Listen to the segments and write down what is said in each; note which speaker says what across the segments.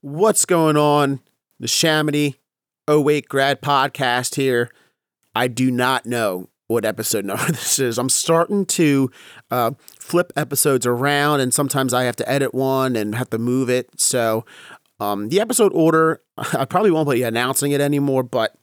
Speaker 1: What's going on? The Shamity 08 grad podcast here. I do not know what episode number this is. I'm starting to uh, flip episodes around, and sometimes I have to edit one and have to move it. So, um, the episode order, I probably won't be announcing it anymore, but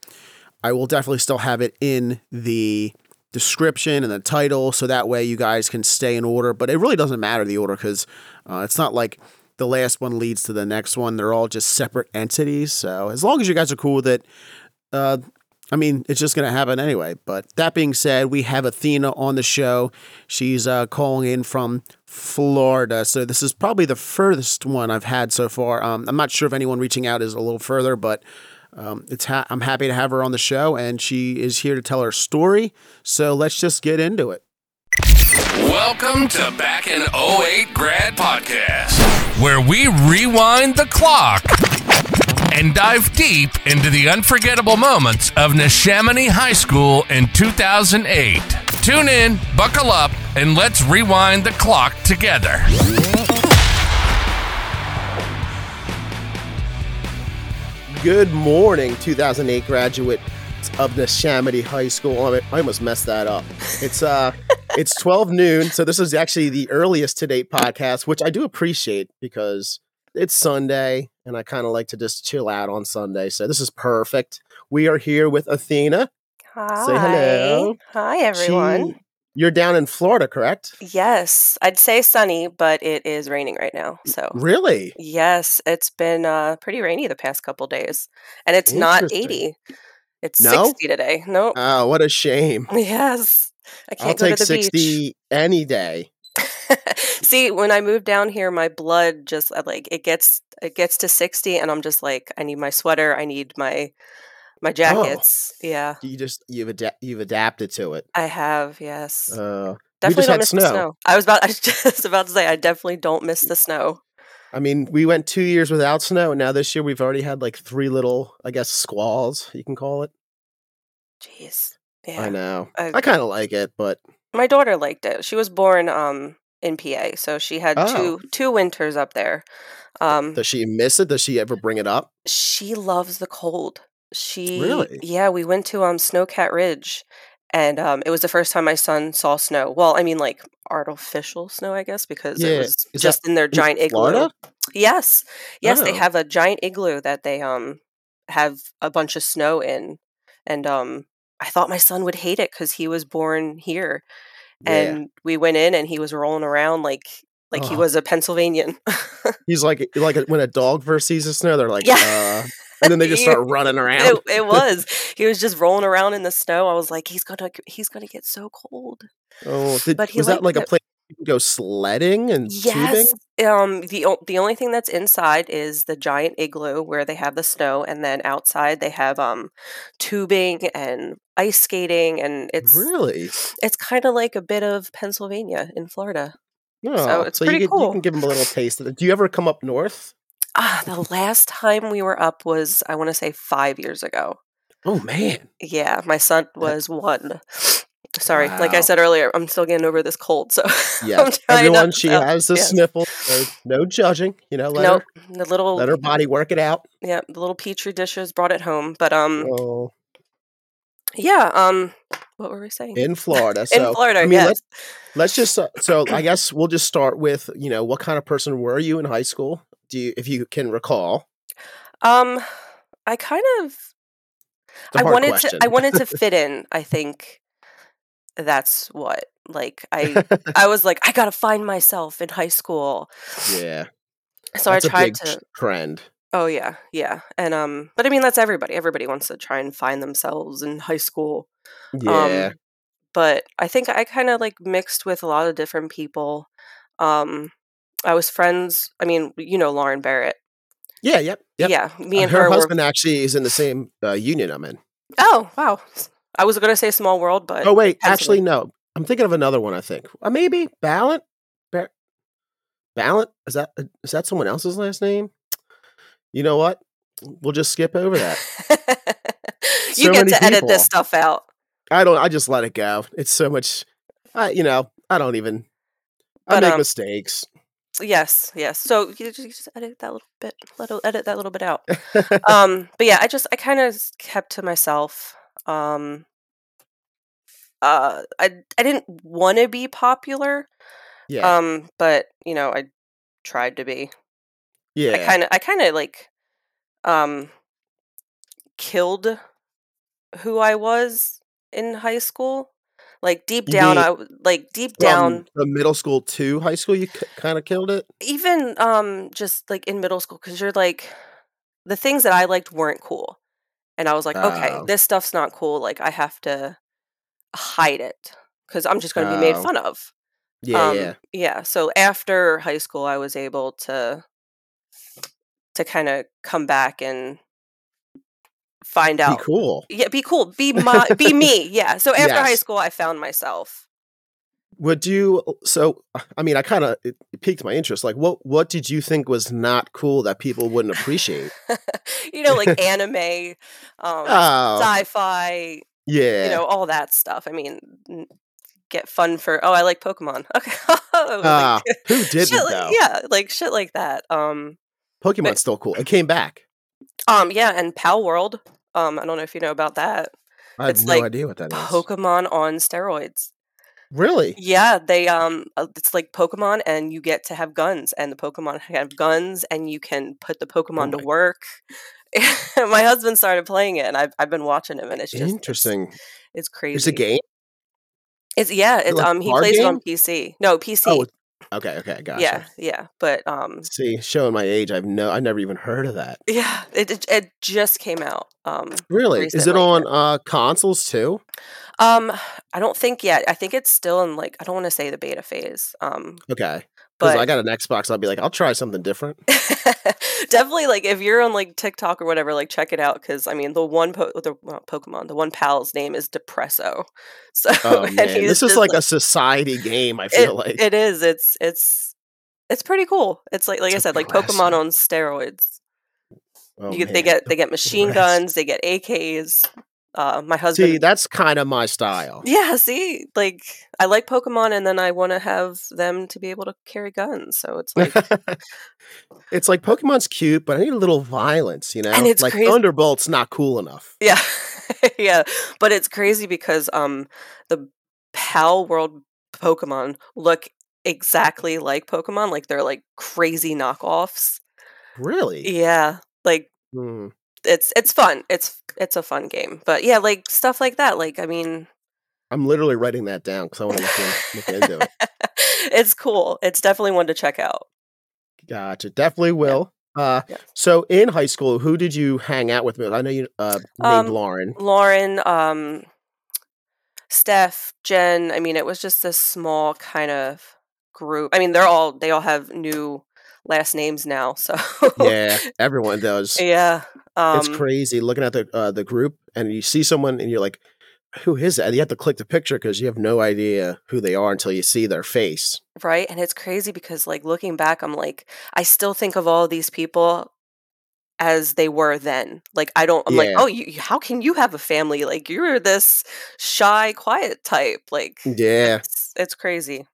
Speaker 1: I will definitely still have it in the description and the title so that way you guys can stay in order. But it really doesn't matter the order because uh, it's not like the last one leads to the next one. They're all just separate entities. So as long as you guys are cool with it, uh, I mean, it's just going to happen anyway. But that being said, we have Athena on the show. She's uh, calling in from Florida. So this is probably the furthest one I've had so far. Um, I'm not sure if anyone reaching out is a little further, but um, it's ha- I'm happy to have her on the show, and she is here to tell her story. So let's just get into it.
Speaker 2: Welcome to Back in 08 Grad Podcast, where we rewind the clock and dive deep into the unforgettable moments of Neshaminy High School in 2008. Tune in, buckle up, and let's rewind the clock together.
Speaker 1: Good morning, 2008 graduate of the Shamity High School. Oh, I almost messed that up. It's uh, it's 12 noon, so this is actually the earliest to date podcast, which I do appreciate because it's Sunday and I kind of like to just chill out on Sunday. So this is perfect. We are here with Athena.
Speaker 3: Hi.
Speaker 1: hello.
Speaker 3: Hi, everyone.
Speaker 1: She- you're down in Florida, correct?
Speaker 3: Yes, I'd say sunny, but it is raining right now. So,
Speaker 1: Really?
Speaker 3: yes, it's been uh, pretty rainy the past couple days. And it's not
Speaker 1: Interesting.
Speaker 3: 80, it's
Speaker 1: No?
Speaker 3: 60 today. Nope.
Speaker 1: Oh, what a shame.
Speaker 3: yes. I can't
Speaker 1: I'll
Speaker 3: go
Speaker 1: take
Speaker 3: to the
Speaker 1: 60
Speaker 3: beach.
Speaker 1: any day.
Speaker 3: See, when I moved down here, my blood just uh, like it gets it gets to 60 and I'm just like I need my sweater, I need my my
Speaker 1: Oh.
Speaker 3: jackets. Yeah.
Speaker 1: You just you've ada- you've adapted to it.
Speaker 3: I have, yes.
Speaker 1: Uh, we
Speaker 3: definitely
Speaker 1: just
Speaker 3: don't
Speaker 1: had
Speaker 3: miss
Speaker 1: snow.
Speaker 3: the snow. I was about I was just about to say I definitely don't miss the snow.
Speaker 1: I mean, we went two years without snow, and now this year we've already had like three little, I guess, squalls. You can call it.
Speaker 3: Jeez. Yeah.
Speaker 1: I know.
Speaker 3: I-
Speaker 1: I kind of like it, but
Speaker 3: My daughter liked it. She was born um in PA, so she had
Speaker 1: Oh.
Speaker 3: two two winters up there. Um
Speaker 1: does she miss it? Does she ever bring it up?
Speaker 3: she loves the cold. She
Speaker 1: Really?
Speaker 3: Yeah, we went to um Snowcat Ridge and um it was the first time my son saw snow. Well, I mean like artificial snow, I guess, because
Speaker 1: Yeah,
Speaker 3: it was
Speaker 1: is that
Speaker 3: just in their giant
Speaker 1: in
Speaker 3: igloo.
Speaker 1: Florida?
Speaker 3: Yes. Yes, they
Speaker 1: Oh.
Speaker 3: have a giant igloo that they um have a bunch of snow in. And um I thought my son would hate it cuz he was born here
Speaker 1: yeah.
Speaker 3: and we went in and he was rolling around like like he
Speaker 1: Oh.
Speaker 3: was a Pennsylvanian.
Speaker 1: He's like, eh, like when a dog first sees the snow, they're like,
Speaker 3: Yeah.
Speaker 1: uh, and then they just
Speaker 3: You-
Speaker 1: start running around.
Speaker 3: it, it was. He was just rolling around in the snow. I was like he's going to he's going to get so cold.
Speaker 1: oh, did,
Speaker 3: but he
Speaker 1: was that like
Speaker 3: liked
Speaker 1: a
Speaker 3: it.
Speaker 1: place you can go sledding and tubing?
Speaker 3: Yes. Um the o- the only thing that's inside is the giant igloo where they have the snow and then outside they have um tubing and ice skating and it's
Speaker 1: Really?
Speaker 3: it's kind of like a bit of Pennsylvania in Florida.
Speaker 1: No.
Speaker 3: it's
Speaker 1: Oh, you,
Speaker 3: pretty
Speaker 1: could- you
Speaker 3: cool.
Speaker 1: can give him a little taste of it. Do you ever come up north?
Speaker 3: Ah, the last time we were up was I want to say 5 years ago.
Speaker 1: Oh man.
Speaker 3: Yeah, my son was 1. Sorry, like
Speaker 1: Wow.
Speaker 3: I said earlier, I'm still getting over this cold, so
Speaker 1: Yeah.
Speaker 3: I'm trying
Speaker 1: Everyone,
Speaker 3: not to
Speaker 1: she
Speaker 3: sound-
Speaker 1: has the
Speaker 3: yes.
Speaker 1: sniffle. So no judging. You know, let
Speaker 3: Nope,
Speaker 1: her
Speaker 3: the little
Speaker 1: let her body work it out.
Speaker 3: yeah, the little petri dishes brought it home, but um
Speaker 1: Oh,
Speaker 3: yeah, um what were we saying?
Speaker 1: in Florida.
Speaker 3: in
Speaker 1: So
Speaker 3: Florida,
Speaker 1: I mean,
Speaker 3: yes.
Speaker 1: let's let's just uh, so I guess we'll just start with you know what kind of person were you in high school? Do you, if you can recall,
Speaker 3: Um, I kind of
Speaker 1: the
Speaker 3: I
Speaker 1: hard
Speaker 3: wanted
Speaker 1: question.
Speaker 3: to I wanted to fit in. I think that's what like I I was like I gotta find myself in high school,
Speaker 1: yeah,
Speaker 3: so
Speaker 1: that's
Speaker 3: I
Speaker 1: a
Speaker 3: tried
Speaker 1: big
Speaker 3: to.
Speaker 1: trend.
Speaker 3: Oh yeah, yeah, and um, but I mean that's everybody. Everybody wants to try and find themselves in high school.
Speaker 1: Yeah,
Speaker 3: Um, but I think I kind of like mixed with a lot of different people. Um, I was friends. I mean, you know Lauren Barrett.
Speaker 1: yeah, yep, yep.
Speaker 3: Yeah, me
Speaker 1: Uh,
Speaker 3: and
Speaker 1: her,
Speaker 3: her, were.
Speaker 1: husband actually is in the same uh, union I'm in.
Speaker 3: Oh wow, I was gonna say small world, but
Speaker 1: Oh wait,
Speaker 3: Pennsylvania.
Speaker 1: actually no. I'm thinking of another one. I think uh, maybe Ballant. Ba- Ballant is that uh, is that someone else's last name? You know what? We'll just skip over that.
Speaker 3: you
Speaker 1: So
Speaker 3: get
Speaker 1: many
Speaker 3: to edit
Speaker 1: people.
Speaker 3: this stuff out.
Speaker 1: I don't. I just let it go. It's so much. I you know. I don't even. I
Speaker 3: But,
Speaker 1: make
Speaker 3: um,
Speaker 1: mistakes.
Speaker 3: Yes, yes. So you just, you just edit that little bit. Let it- edit that little bit out. um, but yeah, I just I kind of kept to myself. Um, uh, I I didn't want to be popular.
Speaker 1: Yeah.
Speaker 3: Um, but you know I tried to be.
Speaker 1: yeah.
Speaker 3: I kind of I kind of like um killed who I was in high school. Like deep
Speaker 1: You
Speaker 3: down,
Speaker 1: mean
Speaker 3: I w- like deep
Speaker 1: Um,
Speaker 3: down.
Speaker 1: From, from middle school to high school, you c- kind of killed it.
Speaker 3: even um just like in middle school because you're like the things that i liked weren't cool and i was like okay
Speaker 1: Oh.
Speaker 3: this stuff's not cool like i have to hide it because i'm just going to be made
Speaker 1: Oh.
Speaker 3: fun of
Speaker 1: Yeah,
Speaker 3: um
Speaker 1: yeah.
Speaker 3: yeah so after high school i was able to to kind of come back and find
Speaker 1: Be
Speaker 3: out
Speaker 1: cool.
Speaker 3: yeah be cool be my be me yeah so after high
Speaker 1: Yes.
Speaker 3: school i found myself
Speaker 1: Would you? So, I mean, I kind of it it piqued my interest. Like, what what did you think was not cool that people wouldn't appreciate?
Speaker 3: you know like anime um
Speaker 1: Oh,
Speaker 3: sci-fi
Speaker 1: yeah.
Speaker 3: you know all that stuff i mean n- get fun for oh i like pokemon okay Oh,
Speaker 1: Ah,
Speaker 3: Like,
Speaker 1: who didn't
Speaker 3: shit like-
Speaker 1: though?
Speaker 3: yeah like shit like that um
Speaker 1: Pokemon's
Speaker 3: but-
Speaker 1: still cool. It came back.
Speaker 3: um yeah and pal world um i don't know if you know about that
Speaker 1: I have
Speaker 3: It's
Speaker 1: no
Speaker 3: like
Speaker 1: idea what that is.
Speaker 3: pokemon on steroids
Speaker 1: really?
Speaker 3: yeah they um uh, it's like pokemon and you get to have guns and the pokemon have guns and you can put the pokemon to
Speaker 1: Oh my-
Speaker 3: work my husband started playing it and i've, I've been watching him and it's just it's-
Speaker 1: Interesting.
Speaker 3: it's, crazy
Speaker 1: It's a game.
Speaker 3: it's yeah it's
Speaker 1: like a
Speaker 3: um he
Speaker 1: card
Speaker 3: plays it on
Speaker 1: game?
Speaker 3: pc no pc
Speaker 1: Oh, it's- okay, okay, gotcha.
Speaker 3: yeah yeah but um
Speaker 1: See, showing my age, I've no, I never even heard of that.
Speaker 3: yeah it, it, it just came out um
Speaker 1: Really? Is it
Speaker 3: Recently,
Speaker 1: on uh consoles too?
Speaker 3: um i don't think yet i think it's still in like i don't want to say the beta phase um
Speaker 1: Okay. Because I
Speaker 3: but
Speaker 1: got an Xbox, I'll be like, I'll try something different.
Speaker 3: definitely like if you're on like tiktok or whatever like check it out because i mean the one po- the well, pokemon the one pal's name is depresso so
Speaker 1: Oh
Speaker 3: and
Speaker 1: man,
Speaker 3: he's
Speaker 1: this is
Speaker 3: just
Speaker 1: like
Speaker 3: like
Speaker 1: a society game. I
Speaker 3: it,
Speaker 1: feel like
Speaker 3: it is it's it's it's pretty cool it's like like i said like pokemon
Speaker 1: depressing.
Speaker 3: on steroids
Speaker 1: Oh
Speaker 3: you get they
Speaker 1: man,
Speaker 3: get they get machine
Speaker 1: depressing.
Speaker 3: guns they get ak's uh my husband
Speaker 1: See, that's kind of my style.
Speaker 3: Yeah, see, like I like Pokemon, and then I want to have them to be able to carry guns. So it's like,
Speaker 1: it's like Pokemon's cute, but I need a little violence. You
Speaker 3: and
Speaker 1: know,
Speaker 3: it's
Speaker 1: like
Speaker 3: crazy.
Speaker 1: Thunderbolt's not cool enough.
Speaker 3: Yeah, yeah, but it's crazy because um, the Pal World Pokemon look exactly like Pokemon. Like they're like crazy knockoffs.
Speaker 1: Really?
Speaker 3: Yeah, like
Speaker 1: Hmm.
Speaker 3: it's it's fun. It's it's a fun game. But yeah, like stuff like that. Like I mean,
Speaker 1: I'm literally writing that down because I want to look, in, look into it.
Speaker 3: it's cool. It's definitely one to check out.
Speaker 1: Gotcha. Definitely
Speaker 3: Yeah.
Speaker 1: will. Uh,
Speaker 3: yeah.
Speaker 1: so in high school, who did you hang out with? I know you uh, named
Speaker 3: Um,
Speaker 1: Lauren.
Speaker 3: Lauren, um, Steph, Jen, I mean, it was just this small kind of group. I mean, they're all they all have new last names now, so
Speaker 1: Yeah, everyone does.
Speaker 3: yeah.
Speaker 1: It's
Speaker 3: oh, Um
Speaker 1: crazy looking at the uh, the group, and you see someone, and you're like, "Who is that?" You have to click the picture because you have no idea who they are until you see their face.
Speaker 3: right? And it's crazy because like looking back, I'm like I still think of all these people as they were then. Like I don't I'm like,
Speaker 1: Yeah,
Speaker 3: "Oh, you you- how can you have a family? Like you're this shy, quiet type." Like
Speaker 1: yeah.
Speaker 3: it's it's crazy.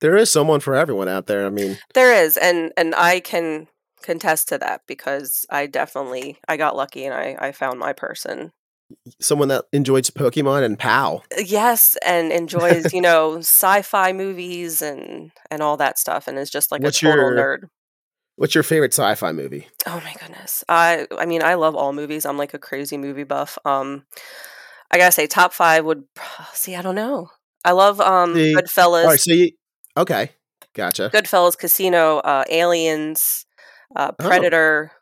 Speaker 1: There is someone for everyone out there. I mean,
Speaker 3: There is, and and I can contest to that because I definitely I got lucky and I I found my person. Uh,
Speaker 1: someone that enjoys Pokemon and POW.
Speaker 3: Yes, and enjoys you know sci-fi movies and and all that stuff, and is just like a
Speaker 1: What's
Speaker 3: total
Speaker 1: your
Speaker 3: nerd.
Speaker 1: What's your favorite sci-fi movie?
Speaker 3: Oh my goodness, I I mean I love all movies. I'm like a crazy movie buff. Um, I gotta say top five would see I don't know. I love um
Speaker 1: See, all right.
Speaker 3: Goodfellas,
Speaker 1: So you okay? Gotcha.
Speaker 3: Goodfellas, Casino, uh, Aliens, uh,
Speaker 1: Oh,
Speaker 3: Predator,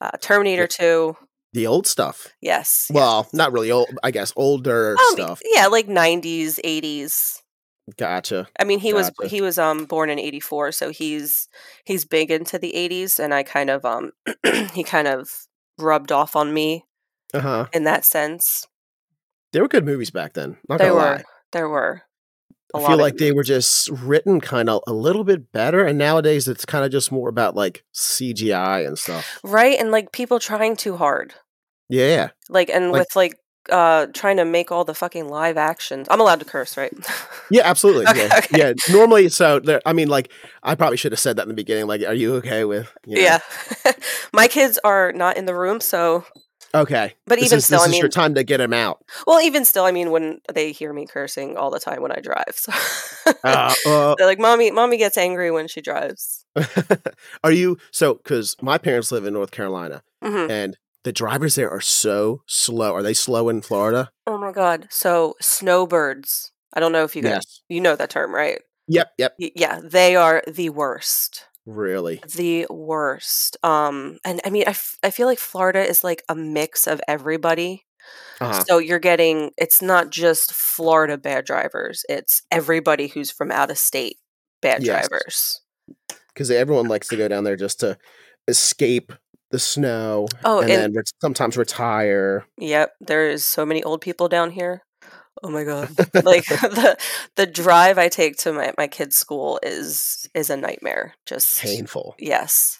Speaker 3: uh, Terminator
Speaker 1: the,
Speaker 3: Two.
Speaker 1: the old stuff.
Speaker 3: Yes, yes.
Speaker 1: Well, not really old. I guess older
Speaker 3: Um,
Speaker 1: stuff.
Speaker 3: yeah, like '90s, '80s.
Speaker 1: Gotcha.
Speaker 3: I mean, he was
Speaker 1: Gotcha.
Speaker 3: he was um born in '84, so he's he's big into the '80s, and I kind of um he kind of rubbed off on me
Speaker 1: Uh huh.
Speaker 3: in that sense.
Speaker 1: They were good movies back then. Not
Speaker 3: There
Speaker 1: gonna
Speaker 3: were
Speaker 1: lie.
Speaker 3: there were a
Speaker 1: I feel
Speaker 3: lot of
Speaker 1: like
Speaker 3: good
Speaker 1: they were
Speaker 3: movies.
Speaker 1: just written kind of a little bit better, and nowadays it's kind of just more about like CGI and stuff.
Speaker 3: right? And like people trying too hard,
Speaker 1: Yeah,
Speaker 3: like and
Speaker 1: like
Speaker 3: with like uh, trying to make all the fucking live actions. I'm allowed to curse, right?
Speaker 1: Yeah, absolutely.
Speaker 3: Okay,
Speaker 1: yeah.
Speaker 3: okay.
Speaker 1: yeah. Normally, so there, I mean, like, I probably should have said that in the beginning. Like, are you okay with? you know?
Speaker 3: yeah. My kids are not in the room, so.
Speaker 1: Okay.
Speaker 3: But
Speaker 1: this
Speaker 3: even
Speaker 1: is,
Speaker 3: still,
Speaker 1: this
Speaker 3: I
Speaker 1: is
Speaker 3: mean,
Speaker 1: your time to get him out.
Speaker 3: well, even still, I mean, when they hear me cursing all the time when I drive, so
Speaker 1: Uh, uh,
Speaker 3: they're like, "Mommy, mommy gets angry when she drives."
Speaker 1: are you so? Because my parents live in North Carolina,
Speaker 3: hmm
Speaker 1: and the drivers there are so slow. Are they slow in Florida?
Speaker 3: Oh my god! So snowbirds. I don't know if you guys, you know that term, right?
Speaker 1: Yep. Yep.
Speaker 3: Y- yeah, they are the worst.
Speaker 1: Really.
Speaker 3: the worst. Um, and I mean, I, f- I feel like Florida is like a mix of everybody.
Speaker 1: Uh-huh.
Speaker 3: So you're getting it's not just Florida bad drivers; it's everybody who's from out of state bad
Speaker 1: Yes.
Speaker 3: drivers.
Speaker 1: Because everyone likes to go down there just to escape the snow,
Speaker 3: Oh,
Speaker 1: and,
Speaker 3: and,
Speaker 1: then ret- sometimes retire.
Speaker 3: yep, there is so many old people down here. Oh my god! like the the drive I take to my my kids' school is is a nightmare. Just
Speaker 1: Painful.
Speaker 3: yes,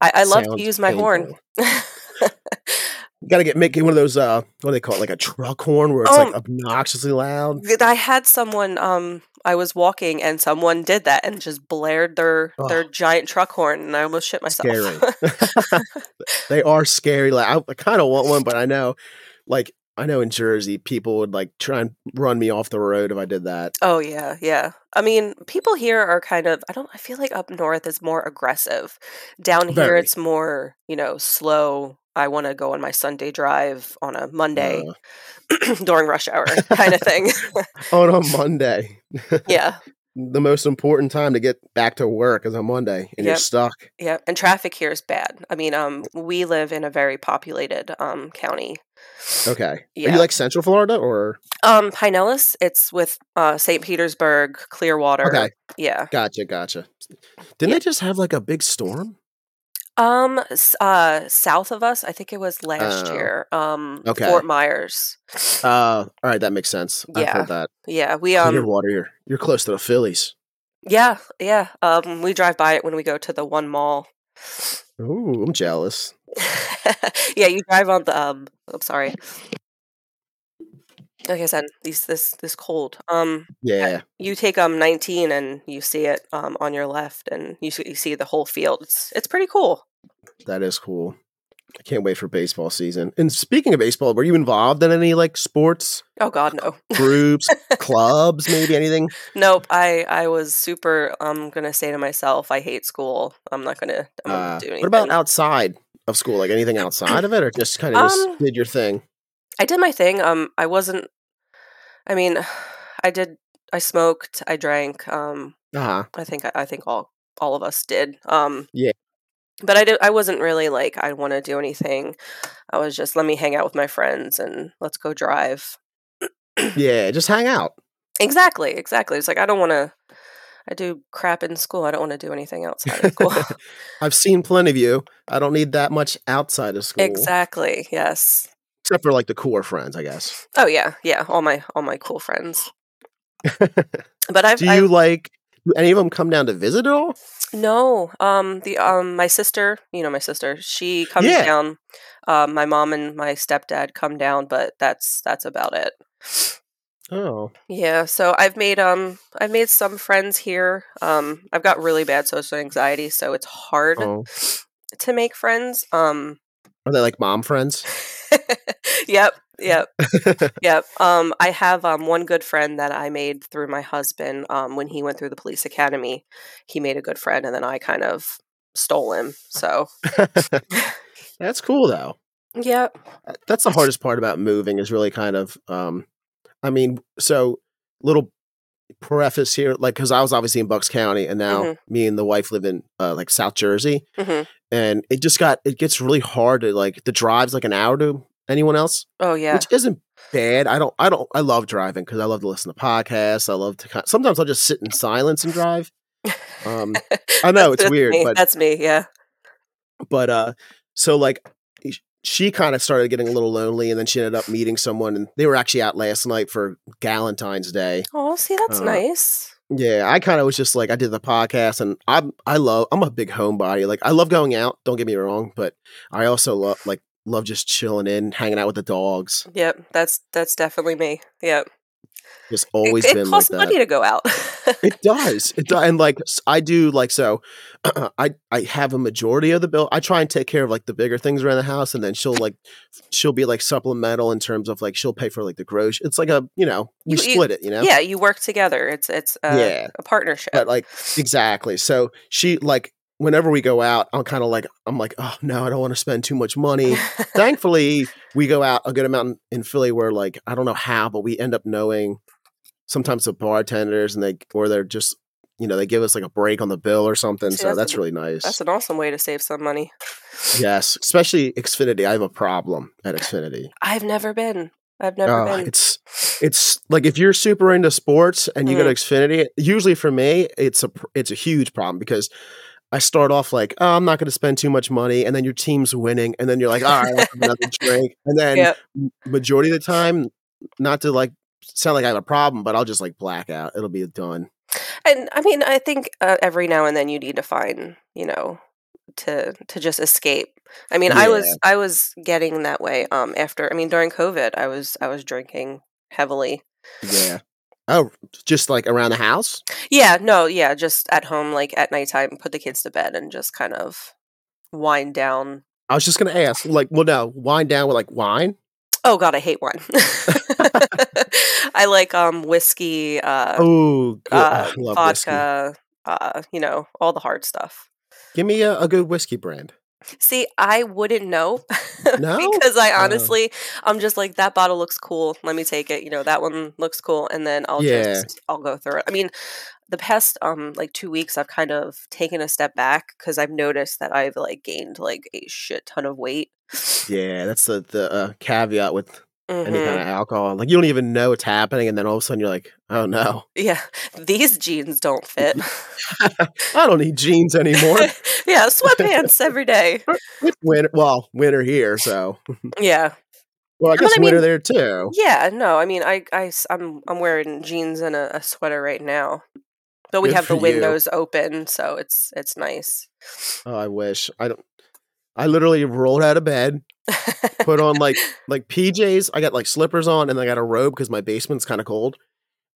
Speaker 3: I, I love
Speaker 1: Sounds
Speaker 3: to use my
Speaker 1: painful.
Speaker 3: horn.
Speaker 1: You gotta get make one of those. Uh, what do they call it? Like a truck horn, where it's
Speaker 3: Um
Speaker 1: like obnoxiously loud.
Speaker 3: Th- I had someone um I was walking and someone did that and just blared their their giant truck horn and I almost shit myself.
Speaker 1: Scary. they are scary. Like I, I kind of want one, but I know, like I know in Jersey, people would like try and run me off the road if I did that.
Speaker 3: oh yeah, yeah. I mean, people here are kind of I don't I feel like up north is more aggressive. Down here
Speaker 1: Very.
Speaker 3: it's more, you know, slow. I want to go on my Sunday drive on a Monday
Speaker 1: Uh,
Speaker 3: during rush hour kind of thing.
Speaker 1: on a Monday,
Speaker 3: yeah.
Speaker 1: the most important time to get back to work is on Monday, and you're
Speaker 3: Yep.
Speaker 1: stuck.
Speaker 3: Yeah, and traffic here is bad. I mean, um we live in a very populated um county.
Speaker 1: Okay, are
Speaker 3: Yeah.
Speaker 1: you like Central Florida or?
Speaker 3: Um, Pinellas. It's with uh, St. Petersburg, Clearwater.
Speaker 1: Okay,
Speaker 3: Yeah.
Speaker 1: gotcha, gotcha. Didn't
Speaker 3: Yeah.
Speaker 1: they just have like a big storm?
Speaker 3: Um. s- Uh. South of us, I think it was last
Speaker 1: Oh.
Speaker 3: year. Um.
Speaker 1: Okay.
Speaker 3: Fort Myers.
Speaker 1: Uh, all right, that makes sense. I've
Speaker 3: Yeah.
Speaker 1: heard that.
Speaker 3: Yeah. We um.
Speaker 1: Clearwater, you're, you're close to the Phillies.
Speaker 3: Yeah. Yeah. Um. We drive by it when we go to the one mall.
Speaker 1: Ooh, I'm jealous.
Speaker 3: yeah. You drive on the um. I'm sorry. Like I said, these this this cold. Um.
Speaker 1: Yeah,
Speaker 3: You take um 19 and you see it um on your left and you see, you see the whole field. It's it's pretty cool.
Speaker 1: That is cool. I can't wait for baseball season. And speaking of baseball, were you involved in any like sports
Speaker 3: Oh God, no.
Speaker 1: groups, clubs, maybe anything?
Speaker 3: Nope, I I was super. I'm gonna say to myself, I hate school. I'm not gonna. I'm not gonna
Speaker 1: Uh,
Speaker 3: do anything.
Speaker 1: what about outside of school? Like anything outside of it, or just kind of
Speaker 3: Um,
Speaker 1: just did your thing?
Speaker 3: I did my thing. Um, I wasn't. I mean, I did. I smoked. I drank. Um,
Speaker 1: Uh-huh.
Speaker 3: I think. I think all all of us did. Um,
Speaker 1: Yeah.
Speaker 3: But I did. I wasn't really like I want to do anything. I was just let me hang out with my friends and let's go drive.
Speaker 1: Yeah, just hang out.
Speaker 3: Exactly. Exactly. It's like I don't want to. I do crap in school. I don't want to do anything outside of school.
Speaker 1: I've seen plenty of you. I don't need that much outside of school,
Speaker 3: exactly. Yes.
Speaker 1: except for like the core friends, I guess.
Speaker 3: Oh yeah, yeah. All my all my cool friends. But I've,
Speaker 1: Do you
Speaker 3: I've
Speaker 1: like? Do any of them come down to visit at all?
Speaker 3: no. Um, the um, my sister, you know, my sister, she comes
Speaker 1: Yeah.
Speaker 3: down. Um, my mom and my stepdad come down, but that's that's about it.
Speaker 1: Oh,
Speaker 3: Yeah. So I've made um, I've made some friends here. Um, I've got really bad social anxiety, so it's hard
Speaker 1: oh.
Speaker 3: to make friends. Um,
Speaker 1: Are they like mom friends?
Speaker 3: yep, yep, yep. Um, I have um, one good friend that I made through my husband um, when he went through the police academy. He made a good friend, and then I kind of stole him. So,
Speaker 1: That's cool though.
Speaker 3: yep.
Speaker 1: Uh, that's the hardest part about moving is really kind of um i mean so little preface here like because i was obviously in bucks county and now
Speaker 3: Mhm.
Speaker 1: me and the wife live in uh, like south jersey
Speaker 3: Mhm.
Speaker 1: and it just got it gets really hard to like the drive's like an hour to anyone else
Speaker 3: Oh yeah.
Speaker 1: which isn't bad i don't i don't i love driving because i love to listen to podcasts i love to kind sometimes i'll just sit in silence and drive um i know
Speaker 3: That's-
Speaker 1: it's
Speaker 3: that's
Speaker 1: weird
Speaker 3: me.
Speaker 1: but
Speaker 3: that's me. Yeah.
Speaker 1: but uh so like e, sh- she kind of started getting a little lonely and then she ended up meeting someone and they were actually out last night for galentine's day
Speaker 3: Oh, see, that's
Speaker 1: Uh,
Speaker 3: nice.
Speaker 1: yeah i kind of was just like i did the podcast and i'm i love i'm a big homebody like i love going out don't get me wrong but i also love like love just chilling in, hanging out with the dogs.
Speaker 3: Yep, that's that's definitely me. Yep.
Speaker 1: It's always
Speaker 3: it,
Speaker 1: been
Speaker 3: it costs
Speaker 1: like that.
Speaker 3: money to go out.
Speaker 1: It does. It does. And like s- I do like so I I have a majority of the bill. I try and take care of like the bigger things around the house and then she'll like she'll be like supplemental in terms of like she'll pay for like the grocery. It's like a, you know, we
Speaker 3: You- you-
Speaker 1: split it, you know.
Speaker 3: yeah, you work together. It's it's a,
Speaker 1: Yeah.
Speaker 3: a partnership.
Speaker 1: But like exactly. So she like whenever we go out, I'm kind of like I'm like, "Oh no, I don't want to spend too much money." Thankfully, we go out a good amount in Philly where like I don't know how, but we end up knowing sometimes the bartenders and they or they're just you know, they give us like a break on the bill or something.
Speaker 3: See,
Speaker 1: so
Speaker 3: that's
Speaker 1: that's,
Speaker 3: an-
Speaker 1: really nice.
Speaker 3: that's an awesome way to save some money.
Speaker 1: yes, especially Xfinity. I have a problem at Xfinity.
Speaker 3: I've never been. I've never
Speaker 1: Oh,
Speaker 3: been.
Speaker 1: it's it's like if you're super into sports and you go to
Speaker 3: Mm-hmm.
Speaker 1: Xfinity, usually for me, it's a pr- it's a huge problem because I start off like, oh, I'm not going to spend too much money, and then your team's winning, and then you're like, all right, I'll have another drink, and then
Speaker 3: Yep.
Speaker 1: majority of the time, not to like sound like I have a problem, but I'll just like black out. It'll be done.
Speaker 3: And I mean, I think uh, every now and then you need to find, you know, to to just escape. I mean, I was I was getting that way um after I mean during COVID, I was I was drinking heavily.
Speaker 1: Yeah. Oh, just like around the house.
Speaker 3: Yeah, no, yeah, just at home like at nighttime put the kids to bed and just kind of wind down.
Speaker 1: I was just gonna ask, like, well, no, wind down with like wine.
Speaker 3: Oh god, I hate wine. I like um whiskey, uh,
Speaker 1: Oh, good.
Speaker 3: uh
Speaker 1: I love whiskey.
Speaker 3: vodka, uh, you know, all the hard stuff.
Speaker 1: Give me a, a good whiskey brand.
Speaker 3: See, I wouldn't know.
Speaker 1: No?
Speaker 3: because I
Speaker 1: Oh.
Speaker 3: honestly, I'm just like that bottle looks cool. Let me take it. You know that one looks cool, and then I'll
Speaker 1: Yeah.
Speaker 3: just I'll go through it. I mean, the past um like two weeks, I've kind of taken a step back because I've noticed that I've like gained like a shit ton of weight.
Speaker 1: Yeah, that's the the uh, caveat with any
Speaker 3: Mhm.
Speaker 1: kind of alcohol. Like you don't even know it's happening, and then all of a sudden you're like, oh no,
Speaker 3: Yeah, these jeans don't fit.
Speaker 1: I don't need jeans anymore.
Speaker 3: yeah, sweatpants every day.
Speaker 1: it's winter, well, winter here, so
Speaker 3: Yeah,
Speaker 1: well, I
Speaker 3: But
Speaker 1: guess
Speaker 3: I mean-
Speaker 1: winter there too.
Speaker 3: yeah. No, I mean, I, I am I'm wearing jeans and a, a sweater right now, but we
Speaker 1: Good
Speaker 3: have
Speaker 1: for
Speaker 3: the
Speaker 1: you.
Speaker 3: windows open, so it's it's nice.
Speaker 1: Oh, I wish I don't. I literally rolled out of bed, put on like like PJs. I got like slippers on, and I got a robe because my basement's kind of cold.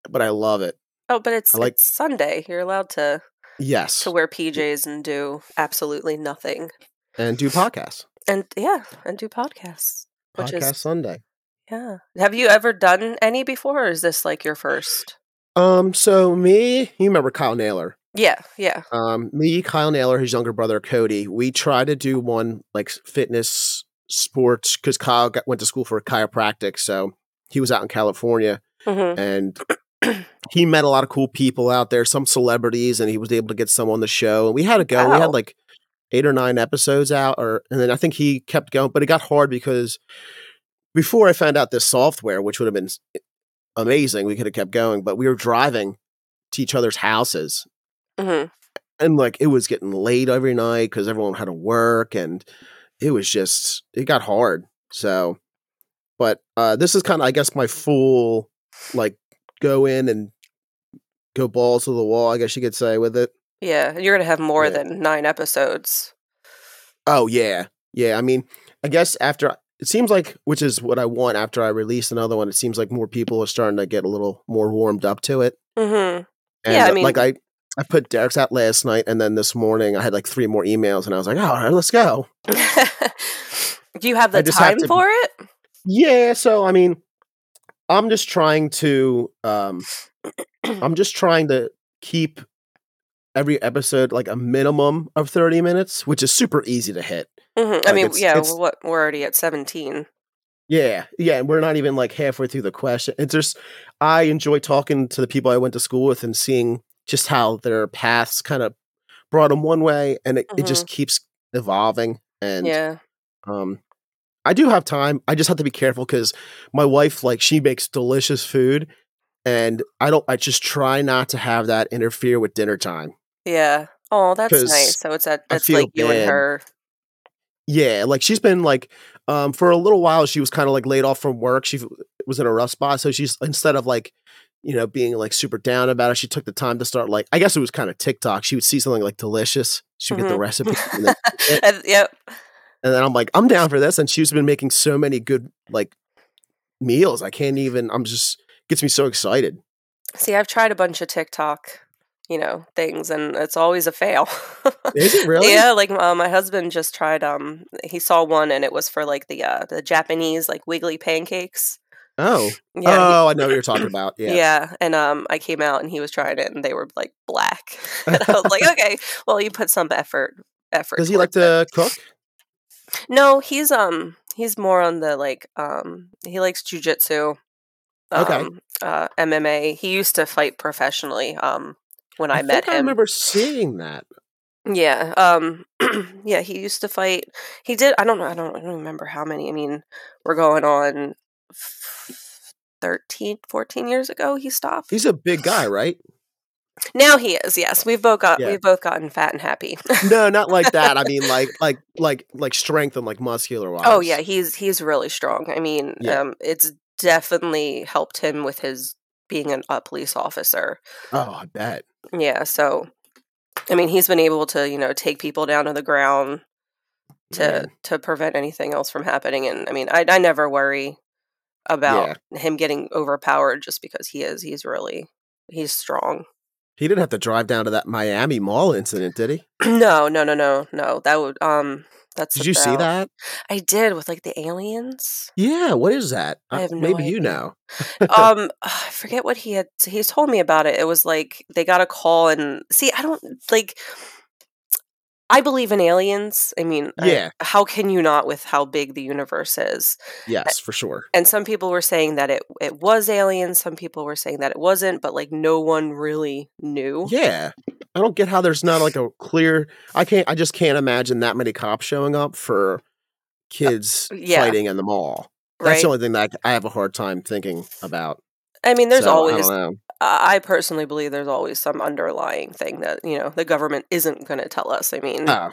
Speaker 1: But I love it.
Speaker 3: Oh, but it's,
Speaker 1: I like-
Speaker 3: it's Sunday. You're allowed to
Speaker 1: Yes,
Speaker 3: to wear PJs and do absolutely nothing.
Speaker 1: and do podcasts.
Speaker 3: And yeah, and do podcasts. Which
Speaker 1: Podcast
Speaker 3: is
Speaker 1: Sunday.
Speaker 3: yeah. Have you ever done any before or is this like your first?
Speaker 1: Um, so me, you remember Kyle Naylor?
Speaker 3: Yeah, yeah.
Speaker 1: um, me, Kyle Naylor, his younger brother Cody, we try to do one like s- fitness sports because Kyle got, went to school for chiropractic, so he was out in California
Speaker 3: Mhm.
Speaker 1: and he met a lot of cool people out there, some celebrities, and he was able to get some on the show. And we had a go. We
Speaker 3: Wow.
Speaker 1: had like eight or nine episodes out, or and then I think he kept going, but it got hard because before I found out this software, which would have been s- amazing, we could have kept going, but we were driving to each other's houses
Speaker 3: Mhm.
Speaker 1: and like it was getting late every night because everyone had to work and it was just it got hard so but uh this is kind of i guess my full like go in and go balls to the wall i guess you could say with it
Speaker 3: Yeah, you're going to have more
Speaker 1: Yeah.
Speaker 3: than 9 episodes.
Speaker 1: oh yeah yeah i mean i guess after it seems like which is what i want after i release another one it seems like more people are starting to get a little more warmed up to it
Speaker 3: Mhm.
Speaker 1: And
Speaker 3: Yeah, I
Speaker 1: uh, like
Speaker 3: mean-
Speaker 1: I, I put Derek's out last night, and then this morning I had like three more emails, and I was like, "Oh, all right, let's go."
Speaker 3: do you have
Speaker 1: I
Speaker 3: the
Speaker 1: just have
Speaker 3: time
Speaker 1: to-
Speaker 3: for it?
Speaker 1: Yeah. So I mean, I'm just trying to, um, I'm just trying to keep every episode like a minimum of 30 minutes, which is super easy to hit.
Speaker 3: Mhm. I
Speaker 1: Like,
Speaker 3: mean,
Speaker 1: it's-
Speaker 3: yeah,
Speaker 1: it's-
Speaker 3: what we're already at 17.
Speaker 1: Yeah, yeah, and we're not even like halfway through the question. It's just I enjoy talking to the people I went to school with and seeing just how their paths kind of brought them one way, and it, it just keeps evolving. And
Speaker 3: yeah.
Speaker 1: um, I do have time. I just have to be careful because my wife, like, she makes delicious food, and I don't. I just try not to have that interfere with dinner time.
Speaker 3: Yeah. Oh, that's
Speaker 1: 'cause
Speaker 3: nice. So it's at
Speaker 1: I
Speaker 3: that's
Speaker 1: feel
Speaker 3: like you
Speaker 1: bad.
Speaker 3: and her.
Speaker 1: Yeah, like she's been like um for a little while she was kind of like laid off from work. She f- was in a rough spot, so she's instead of like you know being like super down about it, she took the time to start like I guess it was eh kind of TikTok. She would see something like delicious, she would get the recipe, and then,
Speaker 3: And- yep.
Speaker 1: And then I'm like, I'm down for this. And she's been making so many good like meals. I can't even. I'm just gets me so excited.
Speaker 3: See, I've tried a bunch of TikTok, you know, things, and it's always a fail.
Speaker 1: Is it really?
Speaker 3: Yeah, like uh, my husband just tried. Um, he saw one, and it was for like the uh, the Japanese like wiggly pancakes.
Speaker 1: Oh.
Speaker 3: Yeah,
Speaker 1: oh, I know what you're talking about.
Speaker 3: yeah.
Speaker 1: Yeah.
Speaker 3: And um, I came out, and he was trying it, and they were like black. and I was like, okay, well, you put some effort. Effort.
Speaker 1: Does he like
Speaker 3: towards it.
Speaker 1: to cook?
Speaker 3: No, he's um he's more on the like um he likes jujitsu. Um,
Speaker 1: Okay.
Speaker 3: Uh, MMA. He used to fight professionally. Um, when I,
Speaker 1: think
Speaker 3: met him.
Speaker 1: I remember seeing that.
Speaker 3: Yeah. Um yeah, he used to fight. He did I don't know, I don't, I don't remember how many. I mean, we're going on f- 13 14 years ago he stopped.
Speaker 1: He's a big guy, right?
Speaker 3: now he is. Yes. We've both got
Speaker 1: Yeah.
Speaker 3: we've both gotten fat and happy.
Speaker 1: No, not like that. I mean, like, like, like, like strength and like muscular wise.
Speaker 3: oh yeah, he's he's really strong. I mean,
Speaker 1: Yeah.
Speaker 3: um it's definitely helped him with his being an, a police officer.
Speaker 1: Oh, I bet.
Speaker 3: Yeah, so I mean, he's been able to, you know, take people down to the ground to
Speaker 1: Man.
Speaker 3: to prevent anything else from happening. And I mean, I I never worry about him getting overpowered just because he is. He's really he's strong.
Speaker 1: He didn't have to drive down to that Miami Mall incident, did he?
Speaker 3: no, no, no, no, no. That would um. That's
Speaker 1: Did you see
Speaker 3: about-
Speaker 1: that?
Speaker 3: I did with like the aliens.
Speaker 1: Yeah. What is that?
Speaker 3: I
Speaker 1: Uh,
Speaker 3: have no
Speaker 1: Maybe you
Speaker 3: idea.
Speaker 1: know.
Speaker 3: um, I forget what he had. He's told me about it. It was like they got a call and see. I don't like. I believe in aliens. I mean, I-
Speaker 1: Yeah.
Speaker 3: how can you not with how big the universe is?
Speaker 1: Yes, for sure.
Speaker 3: and some people were saying that it it was aliens some people were saying that it wasn't but like no one really knew
Speaker 1: Yeah. I don't get how there's not like a clear. I can't. I just can't imagine that many cops showing up for kids
Speaker 3: Uh, yeah,
Speaker 1: fighting in the mall. That's
Speaker 3: right
Speaker 1: the only thing that I have a hard time thinking about.
Speaker 3: i mean there's
Speaker 1: So, I
Speaker 3: always
Speaker 1: don't know.
Speaker 3: I, I personally believe there's always some underlying thing that you know the government isn't going to tell us i mean
Speaker 1: Oh,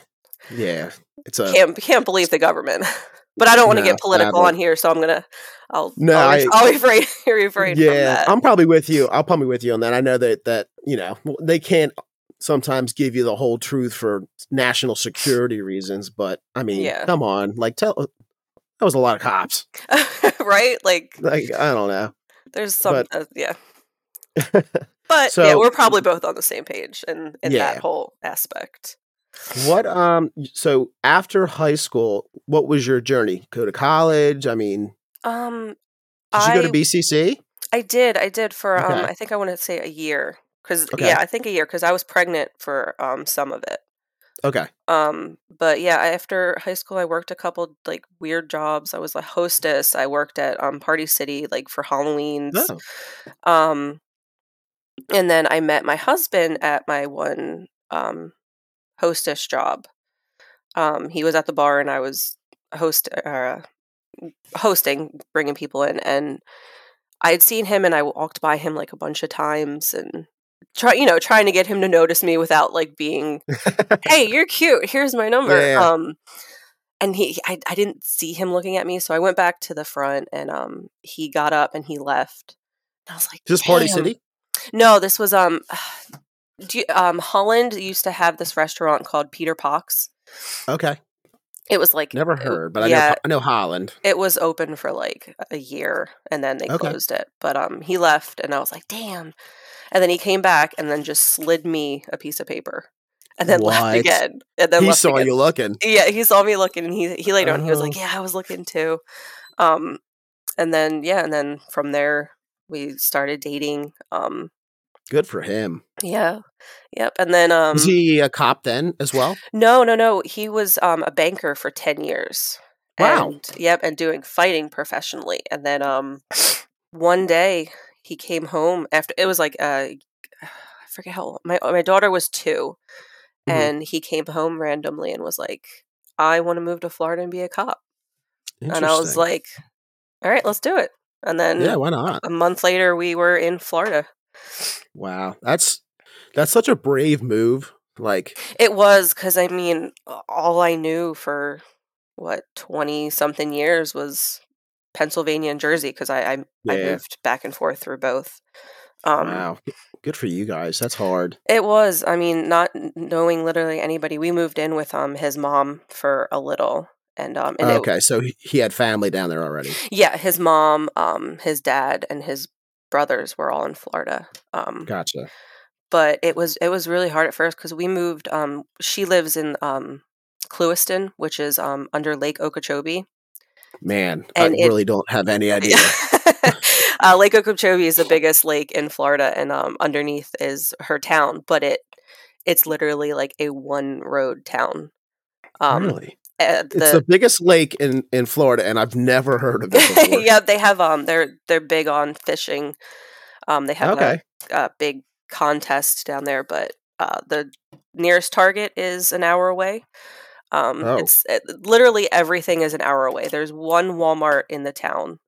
Speaker 1: yeah. It's a
Speaker 3: can't can't believe the government but i don't want to
Speaker 1: No,
Speaker 3: get political
Speaker 1: sadly.
Speaker 3: on here so i'm gonna i'll
Speaker 1: No,
Speaker 3: i'll, re-
Speaker 1: I-
Speaker 3: I'll refrain, refrain from
Speaker 1: yeah.
Speaker 3: that
Speaker 1: I'm probably with you. I'll probably with you on that. I know that that you know they can't sometimes give you the whole truth for national security reasons, but I mean,
Speaker 3: Yeah.
Speaker 1: come on, like tell that was a lot of cops.
Speaker 3: right like
Speaker 1: Like I don't know.
Speaker 3: there's some
Speaker 1: but-
Speaker 3: uh, yeah but yeah
Speaker 1: So-
Speaker 3: we're probably both on the same page in in
Speaker 1: Yeah.
Speaker 3: that whole aspect
Speaker 1: What um so after high school, what was your journey? Go to college? I mean, did
Speaker 3: Um,
Speaker 1: you go
Speaker 3: I
Speaker 1: to BCC?
Speaker 3: I did I did for um
Speaker 1: Okay.
Speaker 3: I think I want to say a year because
Speaker 1: Okay.
Speaker 3: yeah I think a year because I was pregnant for um some of it
Speaker 1: Okay.
Speaker 3: um but yeah I- after high school I worked a couple like weird jobs I was a hostess I worked at um Party City like for Halloween's
Speaker 1: No.
Speaker 3: um and then I met my husband at my one um hostess job um he was at the bar and I was host uh, hosting bringing people in and I had seen him and I walked by him like a bunch of times and try you know trying to get him to notice me without like being hey you're cute here's my number
Speaker 1: Yeah.
Speaker 3: um and he I, I didn't see him looking at me so I went back to the front and um he got up and he left and I was like
Speaker 1: Is this Party
Speaker 3: "Damn."
Speaker 1: City?
Speaker 3: no this was um do you, um Holland used to have this restaurant called Peter Pox
Speaker 1: Okay. Uh,
Speaker 3: it was like
Speaker 1: Never
Speaker 3: it-
Speaker 1: heard, but I
Speaker 3: yeah.
Speaker 1: know I know Holland.
Speaker 3: it was open for like a year and then they
Speaker 1: Okay.
Speaker 3: closed it but um he left and i was like damn and then he came back and then just slid me a piece of paper and then
Speaker 1: What?
Speaker 3: left again and then
Speaker 1: he
Speaker 3: left
Speaker 1: saw
Speaker 3: again.
Speaker 1: you looking.
Speaker 3: yeah he saw me looking and he he later on he was like
Speaker 1: Oh.
Speaker 3: yeah i was looking too um and then yeah and then from there we started dating um
Speaker 1: Good for him.
Speaker 3: yeah yep and then um
Speaker 1: was he a cop then as well?
Speaker 3: no, no, no. He was um, a banker for ten years.
Speaker 1: Wow.
Speaker 3: And, yep, and doing fighting professionally, and then um, one day he came home after it was like uh, I forget how old, my my daughter was 2
Speaker 1: Mhm.
Speaker 3: and he came home randomly and was like, "I want to move to Florida and be a cop," and I was
Speaker 1: Interesting.
Speaker 3: like, "All right, let's do it." And then
Speaker 1: yeah, why not?
Speaker 3: a month later, we were in Florida.
Speaker 1: Wow, that's that's such a brave move. Like,
Speaker 3: It was because I mean, a- all I knew for what twenty something years was Pennsylvania and Jersey because I I, I
Speaker 1: yeah,
Speaker 3: moved back and forth through both. Um,
Speaker 1: wow, good for you guys. That's hard.
Speaker 3: It was I mean, not n- knowing literally anybody. We moved in with um his mom for a little, and um and it-
Speaker 1: Okay, so he- he had family down there already.
Speaker 3: yeah, his mom, um, his dad, and his brothers were all in Florida. Um,
Speaker 1: Gotcha.
Speaker 3: but it was it was really hard at first because we moved. Um, she lives in um, Clewiston, which is um, under Lake Okeechobee.
Speaker 1: Man,
Speaker 3: And
Speaker 1: I
Speaker 3: it-
Speaker 1: really don't have any idea.
Speaker 3: uh, lake Okeechobee is the biggest lake in Florida, and um, underneath is her town. But it it's literally like a one road town. Um,
Speaker 1: really,
Speaker 3: uh,
Speaker 1: it's the biggest lake in in Florida, and I've never heard of it before.
Speaker 3: yeah, they have um they're they're big on fishing. Um they have
Speaker 1: Okay.
Speaker 3: a, a big contest down there, but uh the nearest target is an hour away. Um
Speaker 1: Oh.
Speaker 3: it's it, literally everything is an hour away. There's one Walmart in the town.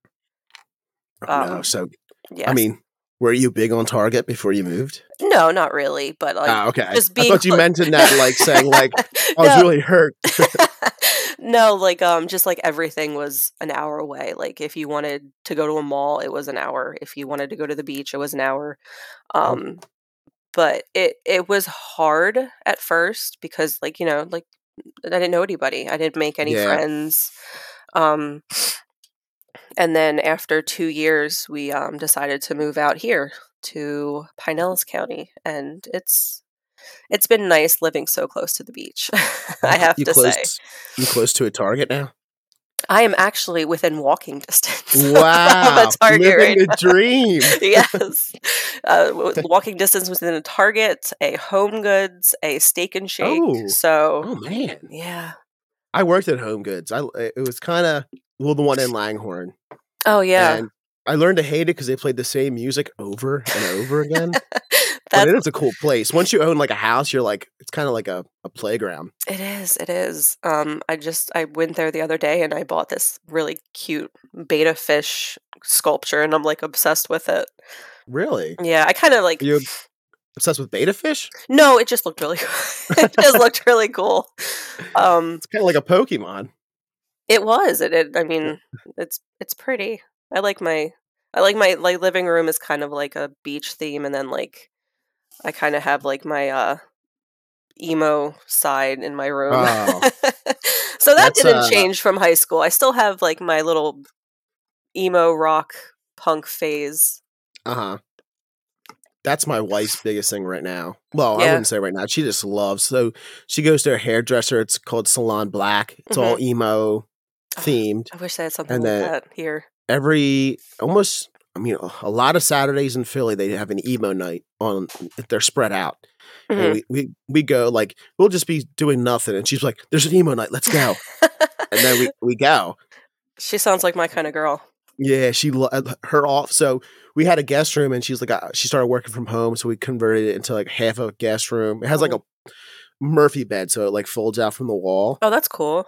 Speaker 1: Oh, no,
Speaker 3: um,
Speaker 1: so
Speaker 3: Yeah.
Speaker 1: I mean, were you big on Target before you moved?
Speaker 3: no, not really, but like
Speaker 1: ah, okay.
Speaker 3: just
Speaker 1: I
Speaker 3: being
Speaker 1: thought you
Speaker 3: clo-
Speaker 1: mentioned that, like saying, like "Oh, I was
Speaker 3: No.
Speaker 1: really hurt.
Speaker 3: no, like um just like everything was an hour away. Like if you wanted to go to a mall, it was an hour. If you wanted to go to the beach, it was an hour.
Speaker 1: Oh.
Speaker 3: Um but it it was hard at first because like, you know, like I didn't know anybody. I didn't make any
Speaker 1: Yeah.
Speaker 3: friends. Um and then after 2 years, we um decided to move out here to Pinellas County and it's it's been nice living so close to the beach. I have
Speaker 1: you
Speaker 3: to
Speaker 1: close,
Speaker 3: say.
Speaker 1: you close to a Target now.
Speaker 3: I am actually within walking distance.
Speaker 1: Wow,
Speaker 3: a Target
Speaker 1: living
Speaker 3: right
Speaker 1: the dream.
Speaker 3: yes. Uh, w- walking distance within a Target, a Home Goods, a Steak and Shake.
Speaker 1: Oh.
Speaker 3: So,
Speaker 1: Oh man,
Speaker 3: yeah.
Speaker 1: I worked at Home Goods. I eh, it was kind of well the one in Langhorne.
Speaker 3: Oh, yeah.
Speaker 1: And I learned to hate it because they played the same music over and over again. but
Speaker 3: That's,
Speaker 1: it is a cool place. Once you own like a house, you're like it's kind of like a, a playground.
Speaker 3: it is. It is. Um, I just I went there the other day and I bought this really cute beta fish sculpture, and I'm like obsessed with it.
Speaker 1: Really?
Speaker 3: Yeah, I kind of like.
Speaker 1: Are you obsessed with beta fish?
Speaker 3: No, it just looked really. it just looked really cool. Um,
Speaker 1: It's kind of like a Pokemon.
Speaker 3: It was. It, it. I mean, it's it's pretty. I like my. I like my like living room is kind of like a beach theme, and then like I kind of have like my uh emo side in my room.
Speaker 1: Oh.
Speaker 3: so that
Speaker 1: That's,
Speaker 3: didn't
Speaker 1: uh,
Speaker 3: change from high school. I still have like my little emo rock punk phase.
Speaker 1: Uh huh. That's my wife's biggest thing right now. Well, I
Speaker 3: Yeah.
Speaker 1: wouldn't say right now. She just loves. So she goes to her hairdresser. It's called Salon Black. It's
Speaker 3: Mm-hmm.
Speaker 1: all emo themed.
Speaker 3: Ah, I wish I had something
Speaker 1: And
Speaker 3: like
Speaker 1: that-
Speaker 3: that here.
Speaker 1: every almost I mean a- a lot of Saturdays in Philly they have an emo night on they're spread out.
Speaker 3: Mm-hmm.
Speaker 1: And we, we we go like we'll just be doing nothing and she's like there's an emo night let's go. and then we we go.
Speaker 3: Mm-hmm. she sounds like my kind of girl.
Speaker 1: Yeah, she lo- uh, her off so we had a guest room and she's like uh, she started working from home so we converted it into like half a guest room. It has like a Murphy bed so it like folds out from the wall.
Speaker 3: Oh, that's cool.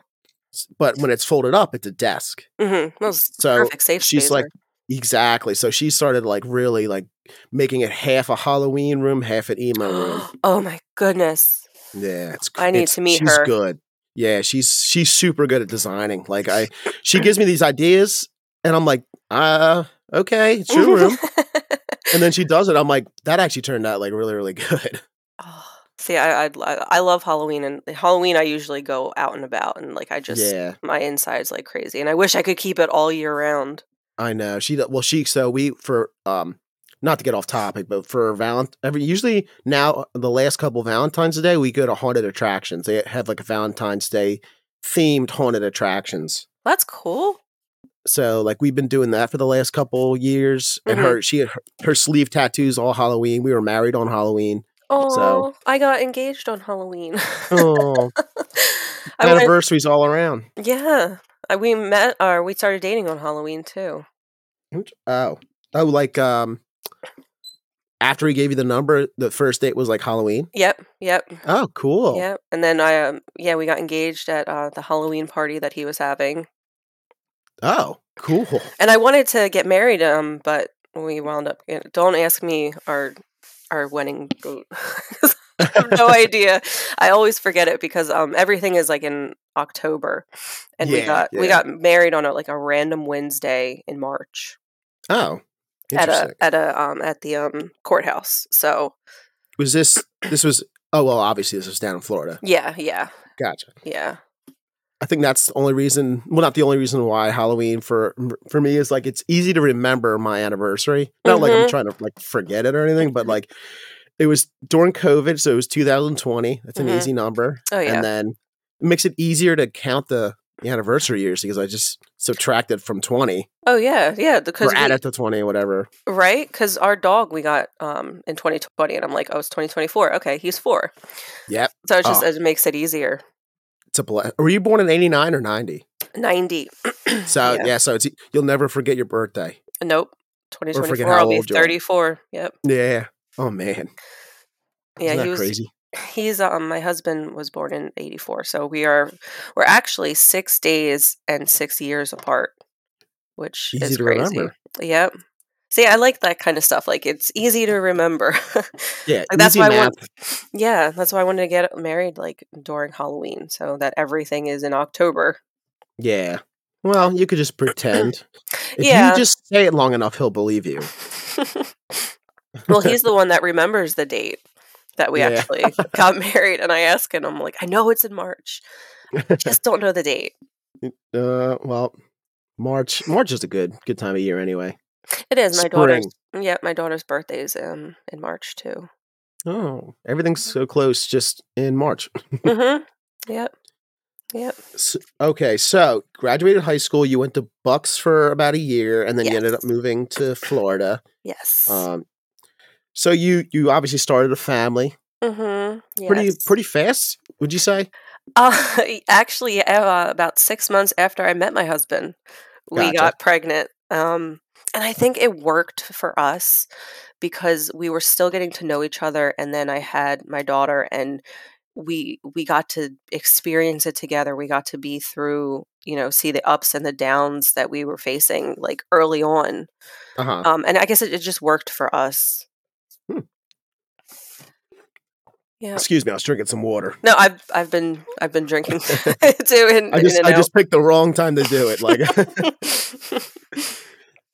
Speaker 1: S- But when it's folded up it's a desk.
Speaker 3: Mm-hmm.
Speaker 1: So
Speaker 3: perfect safe
Speaker 1: she's
Speaker 3: space
Speaker 1: like
Speaker 3: there.
Speaker 1: exactly so she started like really like making it half a halloween room half an emo room
Speaker 3: oh my goodness.
Speaker 1: yeah it's
Speaker 3: I need
Speaker 1: it's-
Speaker 3: to meet
Speaker 1: she's
Speaker 3: her.
Speaker 1: good yeah she's she's super good at designing like i she gives me these ideas and i'm like uh okay it's your room and then she does it i'm like that actually turned out like really really good
Speaker 3: Oh, see, I, I I I love Halloween, and Halloween I usually go out and about, and like I just
Speaker 1: yeah
Speaker 3: my insides like crazy, and I wish I could keep it all year round.
Speaker 1: i know she do- well she so we for um not to get off topic, but for Valent, every usually now the last couple Valentine's Day we go to haunted attractions. They have like a Valentine's Day themed haunted attractions.
Speaker 3: That's cool.
Speaker 1: So like we've been doing that for the last couple years. And
Speaker 3: Mhm.
Speaker 1: her she had her, her sleeve tattoos all Halloween. We were married on Halloween.
Speaker 3: Oh,
Speaker 1: So-
Speaker 3: I got engaged on Halloween.
Speaker 1: Oh,
Speaker 3: I wanna-
Speaker 1: anniversaries all around.
Speaker 3: yeah, I, we met or we started dating on Halloween too.
Speaker 1: Which- Oh, oh, like um, after he gave you the number, the first date was like Halloween.
Speaker 3: Yep, yep,
Speaker 1: Oh, cool.
Speaker 3: yep. And then I um, yeah, we got engaged at uh, the Halloween party that he was having.
Speaker 1: Oh, cool.
Speaker 3: and I wanted to get married, um, but we wound up. you know, Don't ask me our our wedding date. 'Cause I have no idea. I always forget it because um, everything is like in October, and we
Speaker 1: Yeah,
Speaker 3: got we
Speaker 1: yeah.
Speaker 3: got married on a, like a random Wednesday in March
Speaker 1: Oh,
Speaker 3: at
Speaker 1: interesting.
Speaker 3: a at a um at the um courthouse. So
Speaker 1: was this this was? Oh well, obviously this was down in Florida.
Speaker 3: yeah, yeah,
Speaker 1: Gotcha.
Speaker 3: yeah.
Speaker 1: I think that's the only reason. Well, not the only reason why Halloween for for me is like it's easy to remember my anniversary. Not like I'm
Speaker 3: Mhm.
Speaker 1: trying to like forget it or anything, but like it was during COVID, so it was 2020. That's an
Speaker 3: Mhm.
Speaker 1: easy number,
Speaker 3: Oh yeah.
Speaker 1: and then it makes it easier to count the anniversary years because I just subtracted from 20
Speaker 3: oh yeah. Yeah. Because
Speaker 1: or added to 20 or whatever.
Speaker 3: right because our dog we got um in 2020 and i'm like oh it's 2024 okay he's four
Speaker 1: Yep.
Speaker 3: so it's just
Speaker 1: Oh.
Speaker 3: it makes it easier
Speaker 1: It's a bless. Were you born in 89 or 90?
Speaker 3: 90
Speaker 1: So yeah,
Speaker 3: Yeah.
Speaker 1: so it's you'll never forget your birthday.
Speaker 3: nope
Speaker 1: forget
Speaker 3: 2024
Speaker 1: how
Speaker 3: i'll be
Speaker 1: old you are.
Speaker 3: 34 yep
Speaker 1: Yeah. Oh man.
Speaker 3: yeah
Speaker 1: Isn't that
Speaker 3: he was
Speaker 1: crazy?
Speaker 3: he's um my husband was born in 84 so we are we're actually six days and six years apart which
Speaker 1: Easy
Speaker 3: is
Speaker 1: to
Speaker 3: crazy
Speaker 1: remember.
Speaker 3: yep see i like that kind of stuff like it's easy to remember
Speaker 1: Yeah.
Speaker 3: Like, that's
Speaker 1: easy
Speaker 3: why I
Speaker 1: math.
Speaker 3: want- Yeah, that's why I wanted to get married like during Halloween, so that everything is in October.
Speaker 1: Yeah. Well, you could just pretend. If
Speaker 3: Yeah.
Speaker 1: you just say it long enough, he'll believe you.
Speaker 3: well, he's the one that remembers the date that we
Speaker 1: Yeah.
Speaker 3: actually got married, and I ask him, I'm like, I know it's in March, I just don't know the date.
Speaker 1: Uh, well, March. March is a good good time of year anyway.
Speaker 3: It is my daughter's.
Speaker 1: Spring.
Speaker 3: Yeah, my daughter's birthday is um, in March too.
Speaker 1: Oh, everything's so close. Just in March.
Speaker 3: hmm Yep.
Speaker 1: S okay, so graduated high school. You went to Bucks for about a year, and then you ended up
Speaker 3: Yes.
Speaker 1: moving to Florida.
Speaker 3: Yes.
Speaker 1: Um, so you you obviously started a family
Speaker 3: hmm
Speaker 1: pretty pretty fast. Would you say?
Speaker 3: Uh, actually, uh, about six months after I met my husband, we
Speaker 1: Gotcha.
Speaker 3: got pregnant. Um, and I think it worked for us because we were still getting to know each other. And then I had my daughter, and we we got to experience it together. We got to be through, you know, see the ups and the downs that we were facing like early on.
Speaker 1: Uh huh.
Speaker 3: Um, and I guess it, it just worked for us.
Speaker 1: Hmm.
Speaker 3: Yeah.
Speaker 1: Excuse me, I was drinking some water.
Speaker 3: No, I've I've been I've been drinking too. In,
Speaker 1: I just
Speaker 3: in and
Speaker 1: I
Speaker 3: out.
Speaker 1: just picked the wrong time to do it. Like,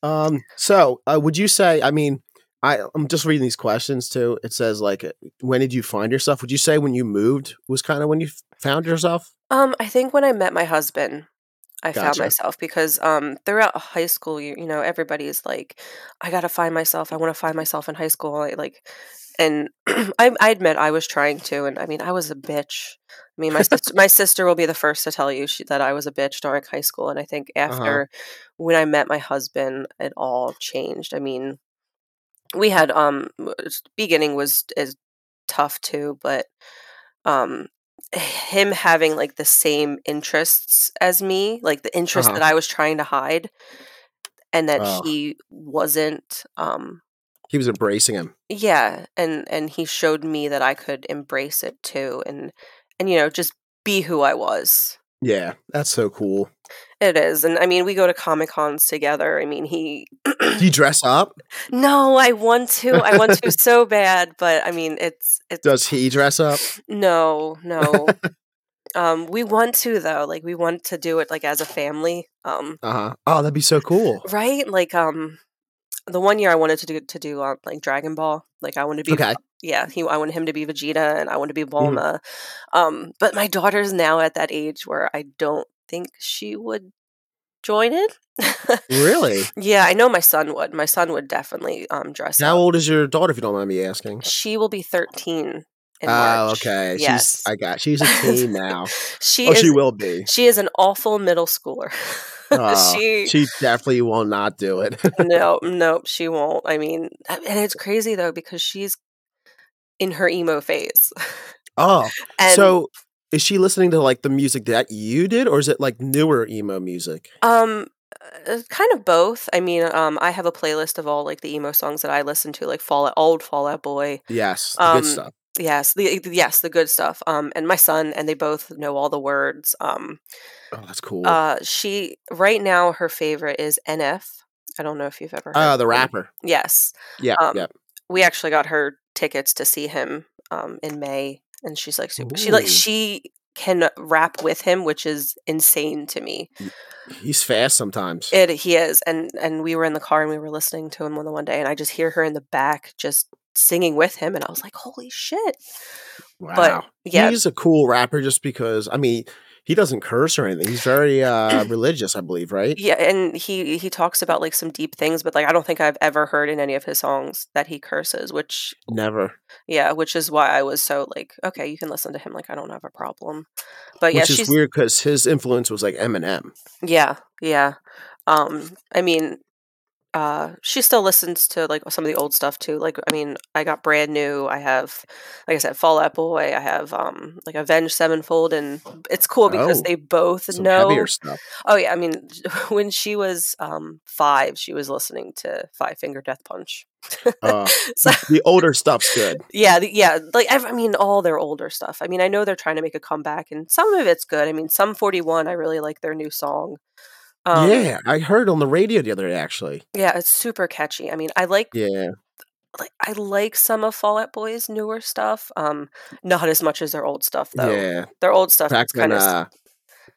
Speaker 1: um, so uh, would you say? I mean, I I'm just reading these questions too. It says like, uh, when did you find yourself? Would you say when you moved was kind of when you f- found yourself?
Speaker 3: um, I think when I met my husband, I found
Speaker 1: Gotcha.
Speaker 3: myself because um, throughout high school, you you know, everybody's like, I gotta find myself. I want to find myself in high school. I, like, and I, I admit I was trying to, and I mean, I was a bitch. I mean, my sister, my sister will be the first to tell you she, that I was a bitch during high school, and I think
Speaker 1: Uh-huh.
Speaker 3: after when I met my husband, it all changed. I mean, we had um w- s- beginning was is tough too but um him having like the same interests as me like the interest
Speaker 1: Uh-huh.
Speaker 3: that i was trying to hide and that
Speaker 1: Oh.
Speaker 3: he wasn't um
Speaker 1: He was embracing him.
Speaker 3: yeah and and he showed me that i could embrace it too and and you know just be who i was
Speaker 1: Yeah, that's so cool.
Speaker 3: it is and i mean we go to comic cons together i mean he
Speaker 1: Do you dress up?
Speaker 3: no i want to i want to so bad but i mean it's it's
Speaker 1: Does he dress up?
Speaker 3: No, no. um, we want to though. Like we want to do it like as a family. Um,
Speaker 1: Uh huh. Oh, that'd be so cool.
Speaker 3: right? Like um, the one year I wanted to do to do uh, like Dragon Ball. Like I want to be.
Speaker 1: Okay. Mm-hmm.
Speaker 3: Yeah, he. I wanted him to be Vegeta, and I want to be Bulma. Um, but my daughter's now at that age where I don't think she would join it.
Speaker 1: Really?
Speaker 3: yeah, I know my son would. My son would definitely um dress
Speaker 1: How
Speaker 3: up.
Speaker 1: old is your daughter, if you don't mind me asking?
Speaker 3: She will be thirteen in
Speaker 1: Oh,
Speaker 3: March.
Speaker 1: okay.
Speaker 3: Yes,
Speaker 1: She's I got. She's a teen now.
Speaker 3: she
Speaker 1: oh,
Speaker 3: is
Speaker 1: she will be.
Speaker 3: She is an awful middle schooler.
Speaker 1: Oh,
Speaker 3: she,
Speaker 1: She definitely will not do it.
Speaker 3: no, no, she won't. I mean, and it's crazy though because she's in her emo phase.
Speaker 1: oh,
Speaker 3: And
Speaker 1: so is she listening to like the music that you did, or is it like newer emo music?
Speaker 3: um uh, kind of both. I mean, um I have a playlist of all like the emo songs that I listen to like Fallout old Fallout Boy.
Speaker 1: Yes, the
Speaker 3: Um,
Speaker 1: good stuff.
Speaker 3: Yes, the yes, the good stuff. Um and my son and they both know all the words. Um
Speaker 1: Oh, that's cool. Uh,
Speaker 3: uh she right now her favorite is NF. I don't know if you've ever heard of
Speaker 1: Uh, Oh, the
Speaker 3: him.
Speaker 1: rapper.
Speaker 3: Yes.
Speaker 1: Yeah,
Speaker 3: Um,
Speaker 1: yeah.
Speaker 3: we actually got her tickets to see him um, in May, and she's like super. She like
Speaker 1: Ooh.
Speaker 3: she can rap with him, which is insane to me.
Speaker 1: He's fast sometimes.
Speaker 3: It he is, and and we were in the car and we were listening to him on the one day, and I just hear her in the back just singing with him, and I was like, holy shit!
Speaker 1: wow.
Speaker 3: yeah.
Speaker 1: He's a cool rapper just because I mean He doesn't curse or anything. He's very uh, religious, I believe, right?
Speaker 3: Yeah, and he he talks about like some deep things, but like I don't think I've ever heard in any of his songs that he curses, which
Speaker 1: Never.
Speaker 3: yeah, which is why I was so like, okay, you can listen to him, like I don't have a problem. But yeah,
Speaker 1: Which is
Speaker 3: she's
Speaker 1: weird because his influence was like Eminem.
Speaker 3: yeah, yeah. Um, I mean, uh, she still listens to like some of the old stuff too. Like, I mean, I got brand new. I have, like I said, Fall Out Boy. I have um, like Avenged Sevenfold, and it's cool because
Speaker 1: Oh,
Speaker 3: they both
Speaker 1: Some
Speaker 3: know.
Speaker 1: heavier stuff.
Speaker 3: Oh yeah, I mean, when she was um five, she was listening to Five Finger Death Punch.
Speaker 1: Uh,
Speaker 3: So
Speaker 1: the older stuff's good.
Speaker 3: yeah, the- yeah, like ev- I mean, all their older stuff. I mean, I know they're trying to make a comeback, and some of it's good. I mean, some Forty One, I really like their new song. Um,
Speaker 1: yeah, I heard on the radio the other day actually.
Speaker 3: yeah, it's super catchy. I mean, I like
Speaker 1: Yeah,
Speaker 3: like I like some of Fall Out Boy's newer stuff. Um, not as much as their old stuff though.
Speaker 1: yeah.
Speaker 3: Their old stuff
Speaker 1: Back
Speaker 3: is
Speaker 1: when
Speaker 3: kind of
Speaker 1: uh,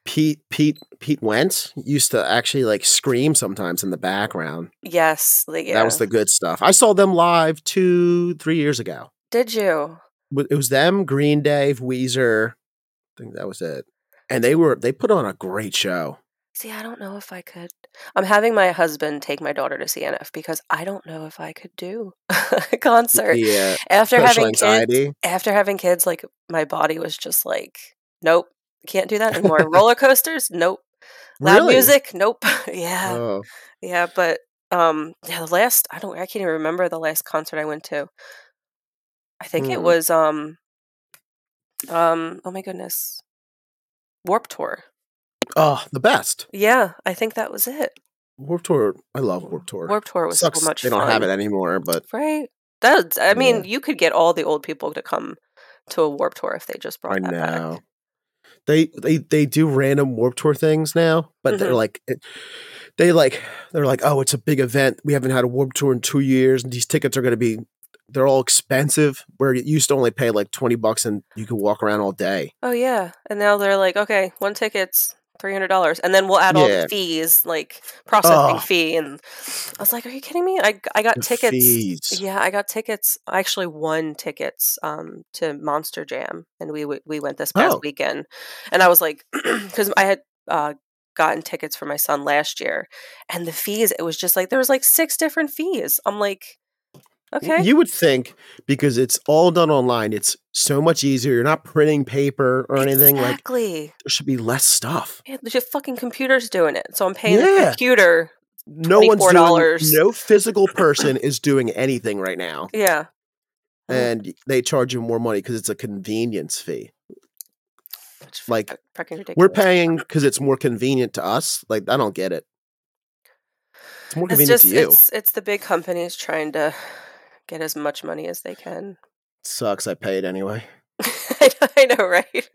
Speaker 1: Pete Pete Pete Wentz used to actually like scream sometimes in the background.
Speaker 3: yes, like, yeah.
Speaker 1: That was the good stuff. I saw them live two three years ago.
Speaker 3: Did you?
Speaker 1: Wa- It was them, Green Day, Weezer. I think that was it. And they were they put on a great show.
Speaker 3: See, I don't know if I could. I'm having my husband take my daughter to CNF because I don't know if I could do a concert
Speaker 1: Yeah,
Speaker 3: after
Speaker 1: social
Speaker 3: having kids.
Speaker 1: uh, anxiety.
Speaker 3: After having kids, like my body was just like, nope, can't do that anymore. Roller coasters, nope. Loud
Speaker 1: Really?
Speaker 3: music, nope. yeah,
Speaker 1: Oh,
Speaker 3: yeah, but um, yeah, the last I don't, I can't even remember the last concert I went to. I think it
Speaker 1: Hmm.
Speaker 3: was um, um, oh my goodness, Warp Tour.
Speaker 1: oh, the best.
Speaker 3: Yeah, I think that was it.
Speaker 1: Warp Tour. I love Warp Tour.
Speaker 3: Warp Tour was
Speaker 1: Sucks
Speaker 3: so much
Speaker 1: they don't
Speaker 3: fun.
Speaker 1: have it anymore, but
Speaker 3: Right? That's I mean,
Speaker 1: Yeah.
Speaker 3: you could get all the old people to come to a warp tour if they just brought
Speaker 1: I
Speaker 3: that back.
Speaker 1: know. They they they do random Warp Tour things now, but they're
Speaker 3: Mm-hmm.
Speaker 1: like it- they like they're like, "Oh, it's a big event. We haven't had a Warp Tour in 2 years and these tickets are going to be they're all expensive where you used to only pay like 20 bucks and you could walk around all day."
Speaker 3: Oh yeah. And now they're like, okay, one ticket's three hundred dollars and then we'll add all
Speaker 1: Yeah.
Speaker 3: the fees, like processing
Speaker 1: Oh.
Speaker 3: fee and I was like, Are you kidding me? I I got
Speaker 1: The
Speaker 3: Uh, tickets
Speaker 1: fees.
Speaker 3: Yeah, I got tickets. I actually won tickets um, to Monster Jam, and we w- we went this past
Speaker 1: Oh.
Speaker 3: weekend. And I was like, because I had uh, gotten tickets for my son last year, and the fees it was just like there was like six different fees. I'm like, okay,
Speaker 1: You would think because it's all done online, it's so much easier. You're not printing paper or anything like
Speaker 3: exactly.
Speaker 1: there should be less stuff.
Speaker 3: Yeah, the fucking computer's doing it, so I'm paying the
Speaker 1: Yeah.
Speaker 3: computer.
Speaker 1: No one's
Speaker 3: $24.
Speaker 1: doing no physical person is doing anything right now.
Speaker 3: Yeah, Mm.
Speaker 1: and they charge you more money because it's a convenience fee.
Speaker 3: which is
Speaker 1: Like,
Speaker 3: fuck- fucking ridiculous.
Speaker 1: We're paying because it's more convenient to us. Like I don't get it. It's more
Speaker 3: It's
Speaker 1: convenient
Speaker 3: just
Speaker 1: to you.
Speaker 3: it's it's the big companies trying to get as much money as they can.
Speaker 1: Sucks. I pay it anyway.
Speaker 3: I know, I know, right?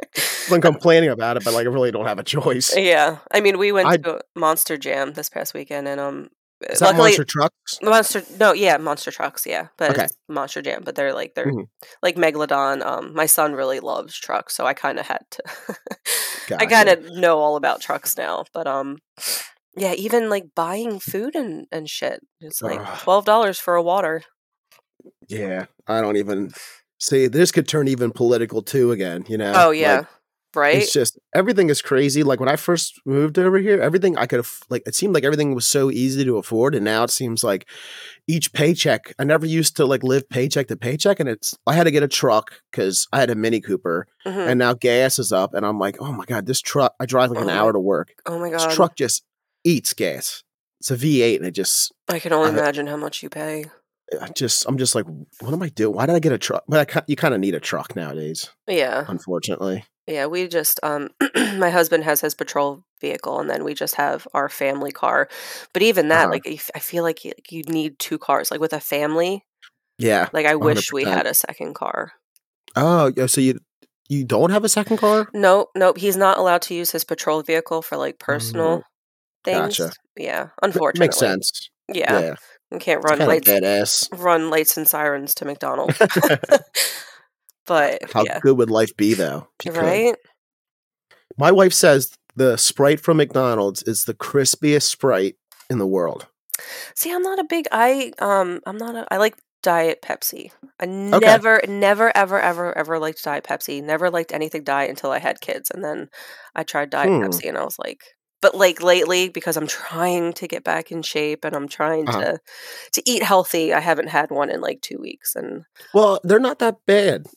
Speaker 1: I'm complaining about it, but like I really don't have a choice.
Speaker 3: Yeah, I mean, we went
Speaker 1: I-
Speaker 3: to Monster Jam this past weekend, and um,
Speaker 1: Is that
Speaker 3: luckily
Speaker 1: monster trucks?
Speaker 3: Monster, no, yeah, Monster Trucks, yeah, but
Speaker 1: Okay.
Speaker 3: it's Monster Jam, but they're like they're
Speaker 1: Mhm.
Speaker 3: like Megalodon. Um, my son really loves trucks, so I kind of had to.
Speaker 1: Gotcha.
Speaker 3: I kind of know all about trucks now, but um, yeah, even like buying food and and shit, it's like
Speaker 1: Ugh.
Speaker 3: twelve dollars for a water.
Speaker 1: Yeah, I don't even see. This could turn even political too again. You know?
Speaker 3: Oh
Speaker 1: Like,
Speaker 3: yeah, right.
Speaker 1: It's just everything is crazy. Like when I first moved over here, everything I could aff- like it seemed like everything was so easy to afford, and now it seems like each paycheck. I never used to like live paycheck to paycheck, and it's I had to get a truck because I had a Mini Cooper,
Speaker 3: Mhm.
Speaker 1: and now gas is up, and I'm like, oh my god, this truck. I drive like an
Speaker 3: Oh my
Speaker 1: hour to work.
Speaker 3: oh my
Speaker 1: This
Speaker 3: god,
Speaker 1: truck just eats gas. It's a V8, and it just,
Speaker 3: I can only
Speaker 1: I-
Speaker 3: imagine how much you pay.
Speaker 1: I just, I'm just like, what am I doing? Why did I get a truck? But I, ki- you kind of need a truck nowadays,
Speaker 3: Yeah.
Speaker 1: unfortunately.
Speaker 3: Yeah, we just um my husband has his patrol vehicle and then we just have our family car. But even that
Speaker 1: Uh-huh.
Speaker 3: like if- I feel like you, you need two cars like with a family.
Speaker 1: Yeah.
Speaker 3: Like I wish we
Speaker 1: 100%.
Speaker 3: had a second car.
Speaker 1: Oh, yeah. So you you don't have a second car?
Speaker 3: Nope, nope, he's not allowed to use his patrol vehicle for like personal things.
Speaker 1: Mm, gotcha.
Speaker 3: Yeah,
Speaker 1: It
Speaker 3: unfortunately.
Speaker 1: makes sense.
Speaker 3: Yeah.
Speaker 1: Yeah,
Speaker 3: You can't
Speaker 1: it's
Speaker 3: run
Speaker 1: kind of
Speaker 3: lights
Speaker 1: badass.
Speaker 3: run lights and sirens to McDonald's. but
Speaker 1: How
Speaker 3: yeah.
Speaker 1: good would life be though? if you could?
Speaker 3: Right?
Speaker 1: My wife says the Sprite from McDonald's is the crispiest Sprite in the world.
Speaker 3: See, I'm not a big I um I'm not a, I like diet Pepsi. I never, never, ever, ever, ever liked diet Pepsi. Never liked anything diet until I had kids, and then I tried diet
Speaker 1: Hmm.
Speaker 3: Pepsi, and I was like, but like lately, because I'm trying to get back in shape and I'm trying
Speaker 1: Uh-huh.
Speaker 3: to to eat healthy, I haven't had one in like two weeks, and
Speaker 1: Well, they're not that bad.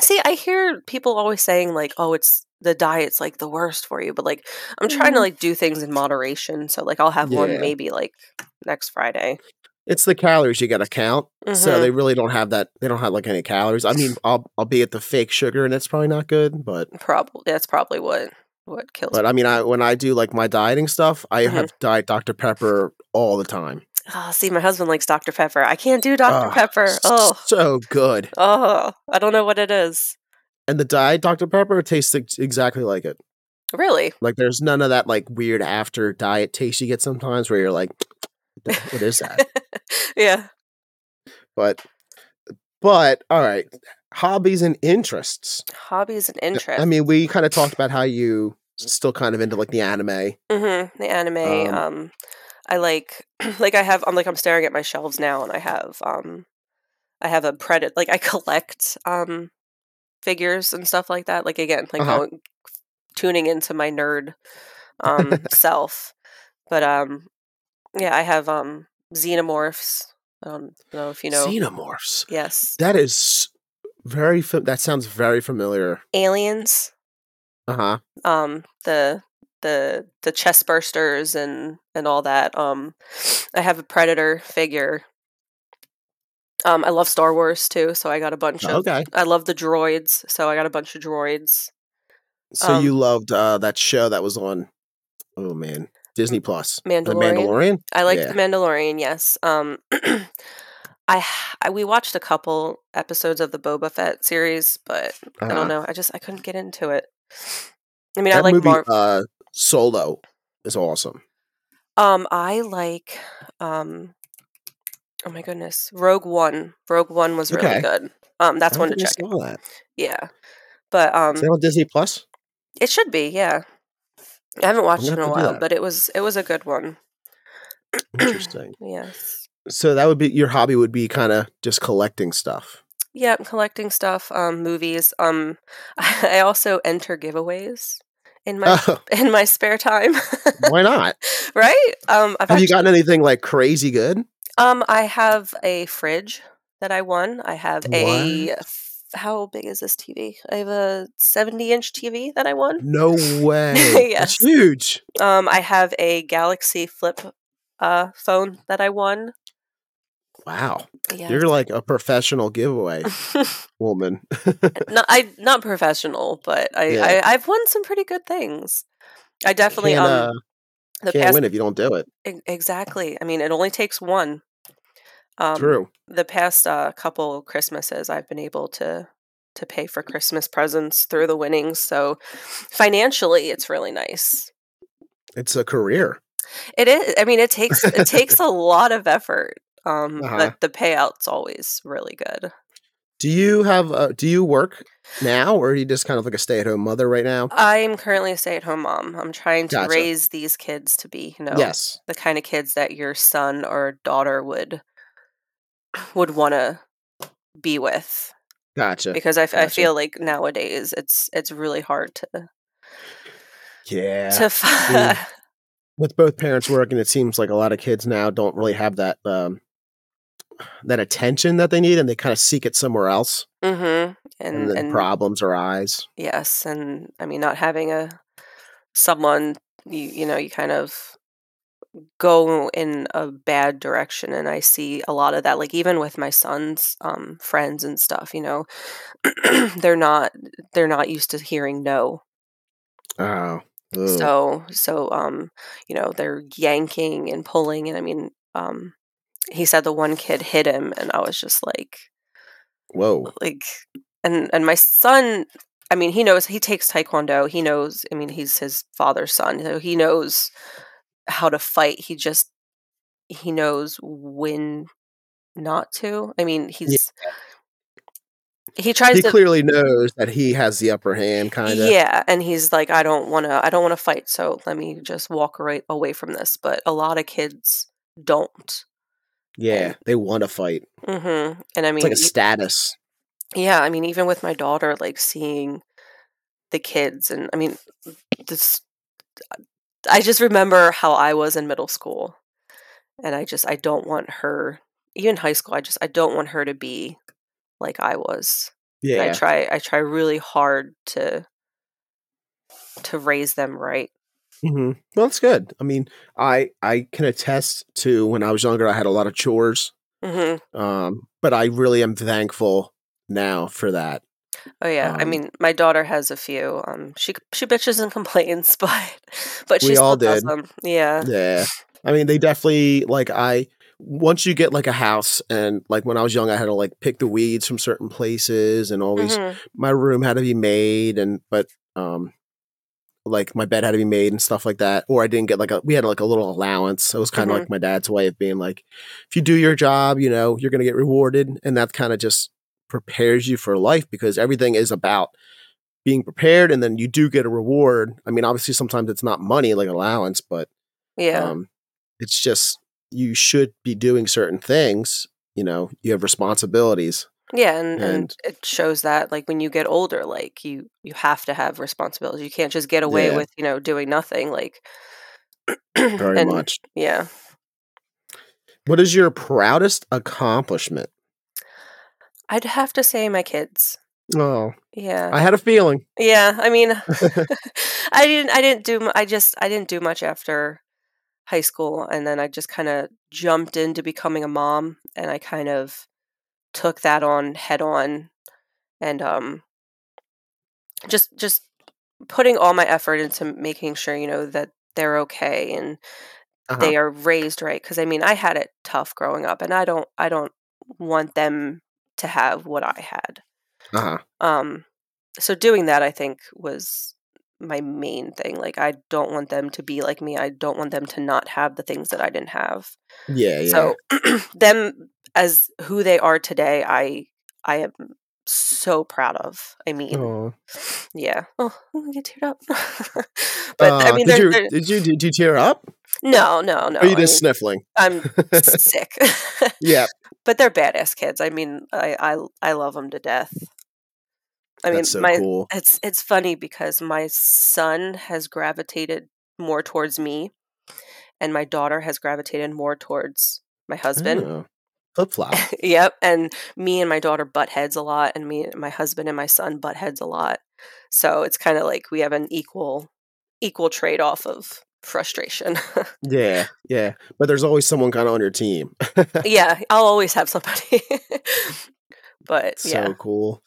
Speaker 3: See, I hear people always saying like, "Oh, it's the diet's like the worst for you," but like I'm trying to like do things in moderation. So like I'll have
Speaker 1: Mm-hmm. Yeah.
Speaker 3: one maybe like next Friday.
Speaker 1: It's the calories you got to count. So
Speaker 3: Mhm.
Speaker 1: they really don't have that. They don't have like any calories. I mean, I'll I'll be at the fake sugar, and that's probably not good. But
Speaker 3: probably that's probably what what kills.
Speaker 1: but I mean, I when I do like my dieting stuff, I
Speaker 3: Mhm.
Speaker 1: have diet Dr Pepper all the time.
Speaker 3: oh, see, my husband likes Dr Pepper. I can't do Dr
Speaker 1: Ah,
Speaker 3: Pepper. Oh,
Speaker 1: so good.
Speaker 3: oh, I don't know what it is.
Speaker 1: And the diet Dr Pepper tastes ex- exactly like it.
Speaker 3: Really?
Speaker 1: Like there's none of that like weird after diet taste you get sometimes where you're like, what is that?
Speaker 3: yeah.
Speaker 1: but but all right hobbies and interests
Speaker 3: Hobbies and interests.
Speaker 1: i mean we kind of talked about how you still kind of into like the anime
Speaker 3: Mm-hmm. The
Speaker 1: Um,
Speaker 3: anime. Um, I like like I have I'm like I'm staring at my shelves now and I have um I have a predator like I collect um figures and stuff like that. Like again, like
Speaker 1: Uh-huh.
Speaker 3: going tuning into my nerd um self. But um yeah, I have um xenomorphs. um, I don't know if you know.
Speaker 1: xenomorphs
Speaker 3: yes.
Speaker 1: that is very fa- that sounds very familiar
Speaker 3: Aliens.
Speaker 1: uh-huh
Speaker 3: um the the the chest bursters and and all that um i have a predator figure um i love star wars too so i got a bunch of
Speaker 1: Oh, okay
Speaker 3: i love the droids so i got a bunch of droids
Speaker 1: so
Speaker 3: um,
Speaker 1: you loved uh that show that was on oh man disney plus the
Speaker 3: mandalorian
Speaker 1: mandalorian
Speaker 3: i like
Speaker 1: Yeah.
Speaker 3: the mandalorian yes um I, h- I- we watched a couple episodes of the boba fett series but i
Speaker 1: Uh-huh.
Speaker 3: don't know i just i couldn't get into it i mean i
Speaker 1: that
Speaker 3: like
Speaker 1: movie
Speaker 3: Mar-
Speaker 1: uh solo is awesome
Speaker 3: Um, I like um oh my goodness. Rogue One. Rogue One was really
Speaker 1: Okay.
Speaker 3: good. Um that's
Speaker 1: I
Speaker 3: one to
Speaker 1: don't think I
Speaker 3: check.
Speaker 1: saw that.
Speaker 3: Yeah. But um
Speaker 1: Is that on disney plus
Speaker 3: it should be, yeah. I haven't watched it
Speaker 1: gonna
Speaker 3: in a
Speaker 1: have to do
Speaker 3: while,
Speaker 1: that.
Speaker 3: but it was it was a good one.
Speaker 1: interesting
Speaker 3: Yes.
Speaker 1: so that would be your hobby would be kind of just collecting stuff
Speaker 3: Yeah, I'm collecting stuff, um movies. Um I also enter giveaways in my
Speaker 1: Oh,
Speaker 3: in my spare time.
Speaker 1: why not?
Speaker 3: right? Um I've
Speaker 1: Have you
Speaker 3: actually,
Speaker 1: gotten anything like crazy good?
Speaker 3: um I have a fridge that I won. I have a f- how big is this TV? I have a 70-inch TV that I won.
Speaker 1: No way.
Speaker 3: Yes.
Speaker 1: That's huge.
Speaker 3: Um, I have a Galaxy Flip uh, phone that I won.
Speaker 1: Wow.
Speaker 3: Yeah.
Speaker 1: You're like a professional giveaway woman.
Speaker 3: not I not professional, but I,
Speaker 1: Yeah.
Speaker 3: I I've won some pretty good things. I definitely
Speaker 1: can't,
Speaker 3: um
Speaker 1: uh,
Speaker 3: the
Speaker 1: can't
Speaker 3: past
Speaker 1: win if you don't do it.
Speaker 3: e- exactly. I mean, it only takes one. Um,
Speaker 1: True.
Speaker 3: The past uh, couple Christmases, I've been able to to pay
Speaker 1: Mm.
Speaker 3: for Christmas presents through the winnings. So financially, it's really nice.
Speaker 1: It's a career.
Speaker 3: It is. I mean, it takes it takes a lot of effort, um,
Speaker 1: Uh-huh.
Speaker 3: but the payout's always really good.
Speaker 1: Do you have? Uh, do you work now, or are you just kind of like a stay-at-home mother right now?
Speaker 3: I'm currently a stay at home mom. I'm trying to
Speaker 1: Gotcha.
Speaker 3: raise these kids to be, you know,
Speaker 1: Yes.
Speaker 3: the kind of kids that your son or daughter would would want to be with
Speaker 1: Gotcha.
Speaker 3: because I, f- I
Speaker 1: Gotcha.
Speaker 3: feel like nowadays it's it's really hard to
Speaker 1: Yeah. Mm.
Speaker 3: to fi-
Speaker 1: With both parents working, it seems like a lot of kids now don't really have that um, that attention that they need, and they kind of seek it somewhere else,
Speaker 3: Mhm.
Speaker 1: and,
Speaker 3: and
Speaker 1: then
Speaker 3: and
Speaker 1: problems arise.
Speaker 3: yes and I mean not having a someone you you know you kind of go in a bad direction and i see a lot of that like even with my son's um, friends and stuff you know they're not they're not used to hearing no
Speaker 1: Oh. Ugh.
Speaker 3: so so um you know they're yanking and pulling and i mean um he said the one kid hit him and i was just like
Speaker 1: Whoa.
Speaker 3: like and and my son i mean he knows he takes taekwondo he knows i mean he's his father's son so he knows how to fight he just he knows when not to i mean he's he tries
Speaker 1: He
Speaker 3: to
Speaker 1: clearly knows that he has the upper hand, kind of.
Speaker 3: yeah and he's like i don't want to i don't want to fight so let me just walk right away from this but a lot of kids don't
Speaker 1: Yeah, they want to fight.
Speaker 3: Mm-hmm. And I mean,
Speaker 1: It's like a
Speaker 3: e-
Speaker 1: status.
Speaker 3: yeah, I mean, even with my daughter, like seeing the kids, and I mean, this, I just remember how I was in middle school, and I just, I don't want her, even high school, I just, I don't want her to be like I was. And I
Speaker 1: Yeah.
Speaker 3: try, I try really hard to, to raise them right.
Speaker 1: hmm Well, that's good. I mean, I I can attest to when I was younger, I had a lot of chores,
Speaker 3: Mm-hmm.
Speaker 1: um, but I really am thankful now for that.
Speaker 3: Oh yeah, I
Speaker 1: Um,
Speaker 3: mean, my daughter has a few. Um, she she bitches and complains, but but she
Speaker 1: We
Speaker 3: still
Speaker 1: all
Speaker 3: does
Speaker 1: did.
Speaker 3: them. Yeah.
Speaker 1: Yeah. I mean, they definitely like I once you get like a house and like when I was young, I had to like pick the weeds from certain places and always
Speaker 3: Mhm.
Speaker 1: my room had to be made and but um like my bed had to be made and stuff like that or i didn't get like a we had like a little allowance so it was kind of
Speaker 3: Mhm.
Speaker 1: like my dad's way of being like if you do your job you know you're going to get rewarded and that kind of just prepares you for life because everything is about being prepared and then you do get a reward i mean obviously sometimes it's not money like allowance but
Speaker 3: Yeah.
Speaker 1: um it's just you should be doing certain things you know you have responsibilities
Speaker 3: Yeah, and, and
Speaker 1: and-
Speaker 3: it shows that like when you get older, like you you have to have responsibilities. You can't just get away
Speaker 1: Yeah.
Speaker 3: with you know doing nothing. Like
Speaker 1: very
Speaker 3: and,
Speaker 1: much
Speaker 3: Yeah.
Speaker 1: What is your proudest accomplishment?
Speaker 3: I'd have to say my kids.
Speaker 1: Oh,
Speaker 3: Yeah.
Speaker 1: I had a feeling.
Speaker 3: yeah. I mean, I didn't. I didn't do. mu- I just. I didn't do much after high school, and then I just kind of jumped into becoming a mom, and I kind of took that on head on, and um, just just putting all my effort into making sure you know that they're okay and
Speaker 1: Uh-huh.
Speaker 3: they are raised right because i mean i had it tough growing up and i don't i don't want them to have what i had
Speaker 1: Uh-huh.
Speaker 3: um so doing that i think was my main thing like i don't want them to be like me i don't want them to not have the things that i didn't have
Speaker 1: Yeah, yeah.
Speaker 3: so them as who they are today i i am so proud of i mean
Speaker 1: Aw.
Speaker 3: yeah oh i'm gonna get teared up but i
Speaker 1: Uh, did
Speaker 3: mean they're,
Speaker 1: you,
Speaker 3: they're,
Speaker 1: did you did you tear up?
Speaker 3: no no no
Speaker 1: Or you
Speaker 3: I mean,
Speaker 1: just sniffling?
Speaker 3: i'm sick
Speaker 1: Yeah,
Speaker 3: but they're badass kids. I mean, I I, I love them to death. I mean,
Speaker 1: that's so
Speaker 3: my
Speaker 1: cool.
Speaker 3: it's it's funny because my son has gravitated more towards me, and my daughter has gravitated more towards my
Speaker 1: Oh.
Speaker 3: husband.
Speaker 1: Flip flop.
Speaker 3: yep, and me and my daughter butt heads a lot, and me my husband and my son butt heads a lot. So it's kind of like we have an equal equal trade off of frustration.
Speaker 1: yeah, yeah. But there's always someone kind of on your team.
Speaker 3: yeah, I'll always have somebody. but
Speaker 1: so
Speaker 3: yeah.
Speaker 1: cool.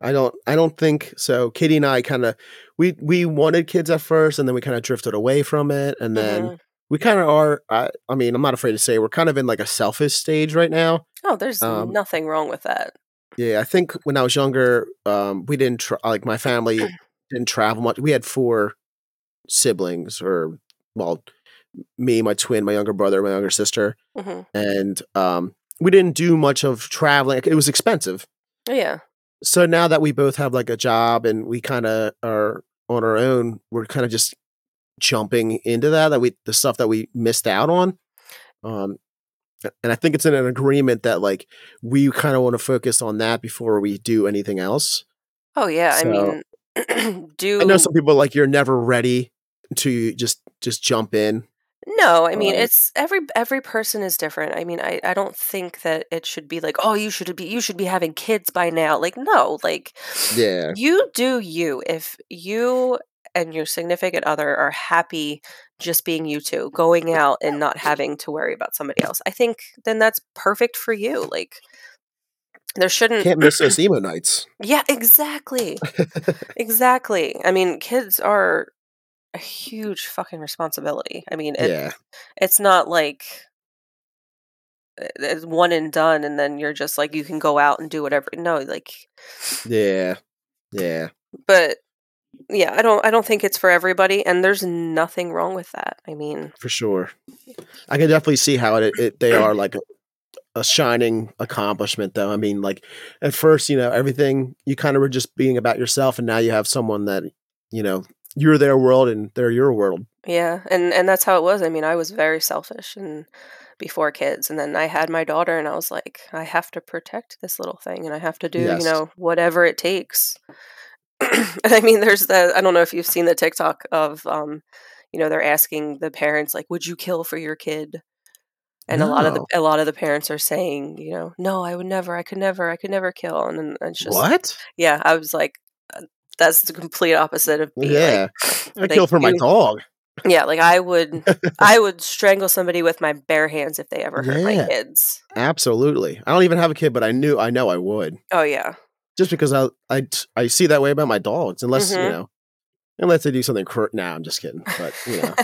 Speaker 1: I don't I don't think so. Katie and I kind of we we wanted kids at first and then we kind of drifted away from it and then
Speaker 3: Mhm.
Speaker 1: we kind of are I, I mean, I'm not afraid to say we're kind of in like a selfish stage right now.
Speaker 3: Oh, there's
Speaker 1: Um,
Speaker 3: nothing wrong with that.
Speaker 1: Yeah, I think when I was younger, um, we didn't tra- like my family didn't travel much. We had four siblings, or well, me, my twin, my younger brother, my younger sister,
Speaker 3: hmm
Speaker 1: and um, we didn't do much of traveling. It was expensive.
Speaker 3: Yeah.
Speaker 1: So now that we both have like a job and we kind of are on our own, we're kind of just jumping into that that we the stuff that we missed out on. Um, and I think it's in an agreement that like we kind of want to focus on that before we do anything else.
Speaker 3: Oh, yeah.
Speaker 1: So-
Speaker 3: I mean, do
Speaker 1: I know some people like you're never ready to just just jump in.
Speaker 3: no. I mean,
Speaker 1: um,
Speaker 3: it's every every person is different. I mean, I I don't think that it should be like, oh, you should be you should be having kids by now. Like, no, like
Speaker 1: Yeah.
Speaker 3: you do you. If you and your significant other are happy just being you two, going out and not having to worry about somebody else, I think then that's perfect for you. Like, there shouldn't
Speaker 1: Can't miss those emo nights.
Speaker 3: Yeah, exactly. exactly. I mean, kids are a huge fucking responsibility. I mean, it,
Speaker 1: yeah.
Speaker 3: it's not like uh, it's one and done and then you're just like you can go out and do whatever. No, like
Speaker 1: Yeah. Yeah.
Speaker 3: but yeah, I don't I don't think it's for everybody and there's nothing wrong with that. I mean,
Speaker 1: For sure. I can definitely see how it, it they are like a, a shining accomplishment though. I mean, like at first, you know, everything you kind of were just being about yourself and now you have someone that, you know, you're their world and they're your world.
Speaker 3: yeah, and and that's how it was. I mean, I was very selfish and before kids and then i had my daughter and i was like i have to protect this little thing and i have to do
Speaker 1: Yes.
Speaker 3: you know whatever it takes and i mean there's the i don't know if you've seen the tiktok of um you know they're asking the parents like would you kill for your kid and a lot of the
Speaker 1: No.
Speaker 3: a lot of the parents are saying you know no i would never i could never i could never kill and, then it's just
Speaker 1: what?
Speaker 3: yeah i was like uh, that's the complete opposite of being like,
Speaker 1: Yeah, I
Speaker 3: like,
Speaker 1: kill for my
Speaker 3: you-
Speaker 1: dog.
Speaker 3: yeah, like I would, I would strangle somebody with my bare hands if they ever hurt
Speaker 1: Yeah.
Speaker 3: my kids.
Speaker 1: Absolutely. I don't even have a kid, but I knew I know I would
Speaker 3: Oh yeah,
Speaker 1: just because I I I see that way about my dogs. Unless you
Speaker 3: Mhm.
Speaker 1: know, unless they do something. Cr- now nah, I'm just kidding, but you know,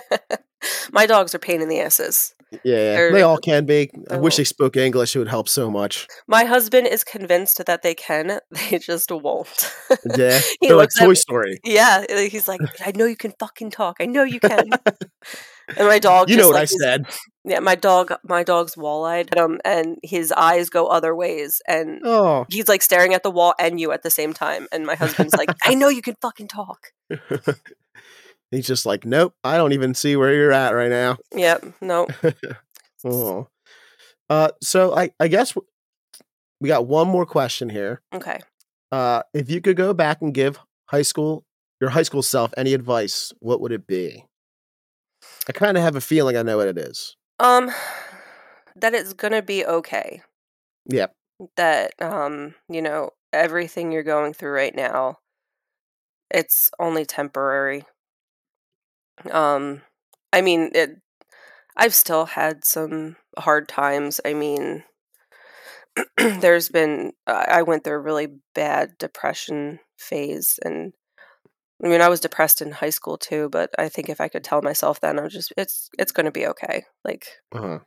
Speaker 3: my dogs are pain in the asses.
Speaker 1: yeah,
Speaker 3: They're- Oh.
Speaker 1: they all can be. I
Speaker 3: they're
Speaker 1: wish
Speaker 3: little-
Speaker 1: they spoke English; it would help so much.
Speaker 3: My husband is convinced that they can, they just won't.
Speaker 1: Yeah,
Speaker 3: He
Speaker 1: they're like
Speaker 3: looks at
Speaker 1: Toy
Speaker 3: me-
Speaker 1: Story.
Speaker 3: yeah, he's like, I know you can fucking talk. I know you can. and my dog,
Speaker 1: You
Speaker 3: oh, just
Speaker 1: know what
Speaker 3: like
Speaker 1: I
Speaker 3: is-
Speaker 1: said?
Speaker 3: Yeah, my dog, my dog's wall-eyed, um, and his eyes go other ways, and
Speaker 1: Oh,
Speaker 3: he's like staring at the wall and you at the same time. And my husband's like, I know you can fucking talk.
Speaker 1: he's just like, nope. I don't even see where you're at right now.
Speaker 3: Yep. No.
Speaker 1: Oh. Uh, so I, I guess w- we got one more question here.
Speaker 3: Okay.
Speaker 1: Uh, if you could go back and give high school your high school self any advice, what would it be? I kind of have a feeling I know what it is.
Speaker 3: Um, that it's gonna be okay.
Speaker 1: Yep.
Speaker 3: That um, you know, everything you're going through right now, it's only temporary. Um, I mean, it. I've still had some hard times. I mean, there's been I I went through a really bad depression phase and I mean I was depressed in high school too, but I think if I could tell myself then I'm just it's it's going to be okay. Like
Speaker 1: Uh-huh.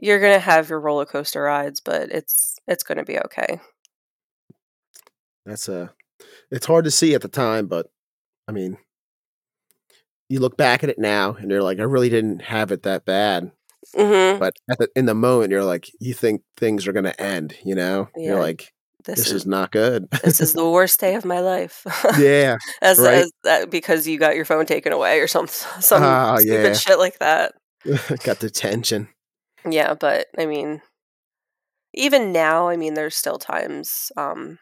Speaker 3: you're going to have your roller coaster rides, but it's it's going to be okay.
Speaker 1: That's a. It's hard to see at the time, but I mean, you look back at it now and you're like, I really didn't have it that bad.
Speaker 3: Mhm.
Speaker 1: But at the, in the moment, you're like, you think things are going to end. You know, you're
Speaker 3: Yeah.
Speaker 1: like,
Speaker 3: This,
Speaker 1: this
Speaker 3: is,
Speaker 1: is not good.
Speaker 3: this is the worst day of my life.
Speaker 1: yeah.
Speaker 3: as,
Speaker 1: right.
Speaker 3: as that because you got your phone taken away or some some
Speaker 1: Ah,
Speaker 3: stupid
Speaker 1: yeah.
Speaker 3: shit like that.
Speaker 1: got the tension.
Speaker 3: Yeah, but I mean, even now, I mean, there's still times um,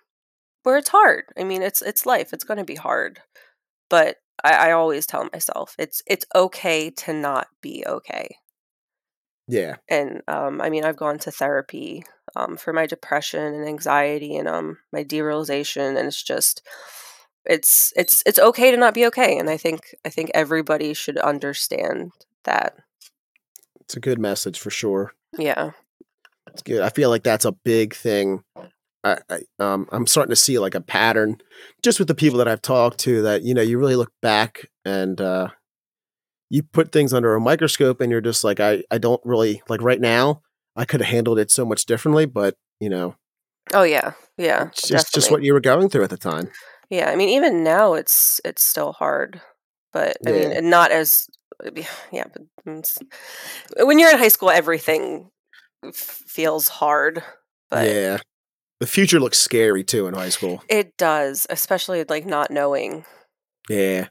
Speaker 3: where it's hard. I mean, it's it's life. It's going to be hard, but I, I always tell myself it's it's okay to not be okay.
Speaker 1: Yeah.
Speaker 3: And um, I mean, I've gone to therapy um, for my depression and anxiety and um, my derealization, and it's just it's it's it's okay to not be okay. And I think I think everybody should understand that.
Speaker 1: It's a good message for sure.
Speaker 3: Yeah.
Speaker 1: It's good. I feel like that's a big thing. I, I um I'm starting to see like a pattern just with the people that I've talked to that you know you really look back and uh you put things under a microscope and you're just like I I don't really like right now I could have handled it so much differently but you know
Speaker 3: Oh yeah. Yeah.
Speaker 1: it's just just
Speaker 3: definitely.
Speaker 1: what you were going through at the time.
Speaker 3: Yeah, I mean, even now it's it's still hard, but I mean,
Speaker 1: Yeah.
Speaker 3: and not as uh, yeah. But it's, when you're in high school, everything f- feels hard, but
Speaker 1: yeah. The future looks scary too in high school.
Speaker 3: it does, especially like not knowing.
Speaker 1: Yeah.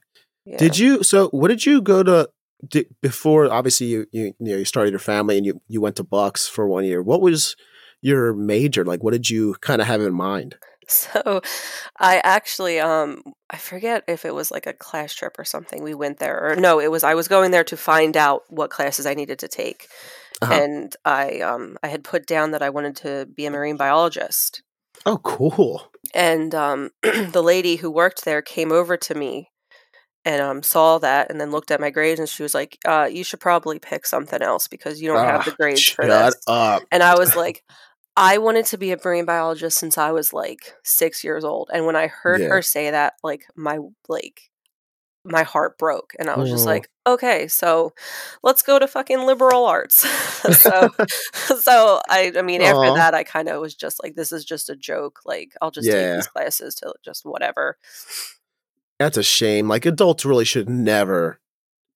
Speaker 3: Yeah.
Speaker 1: Did you? So, what did you go to di before? Obviously, you you you, know, you started your family and you you went to Bucks for one year. What was your major like? What did you kind of have in mind?
Speaker 3: So, I actually um I forget if it was like a class trip or something. We went there, or no, it was I was going there to find out what classes I needed to take,
Speaker 1: Uh-huh.
Speaker 3: and I um I had put down that I wanted to be a marine biologist.
Speaker 1: Oh, cool.
Speaker 3: and um, the lady who worked there came over to me and um, saw that and then looked at my grades and she was like uh, you should probably pick something else because you don't have the
Speaker 1: Ah,
Speaker 3: grades for
Speaker 1: shut
Speaker 3: this
Speaker 1: up.
Speaker 3: and i was like i wanted to be a marine biologist since i was like six years old and when i heard
Speaker 1: Yeah.
Speaker 3: her say that like my like my heart broke and i was just
Speaker 1: Oh.
Speaker 3: like okay so let's go to fucking liberal arts so so I, I mean, after
Speaker 1: Aw.
Speaker 3: that, I kind of was just like, this is just a joke. Like, I'll just
Speaker 1: Yeah.
Speaker 3: take these classes to just whatever.
Speaker 1: That's a shame. Like adults really should never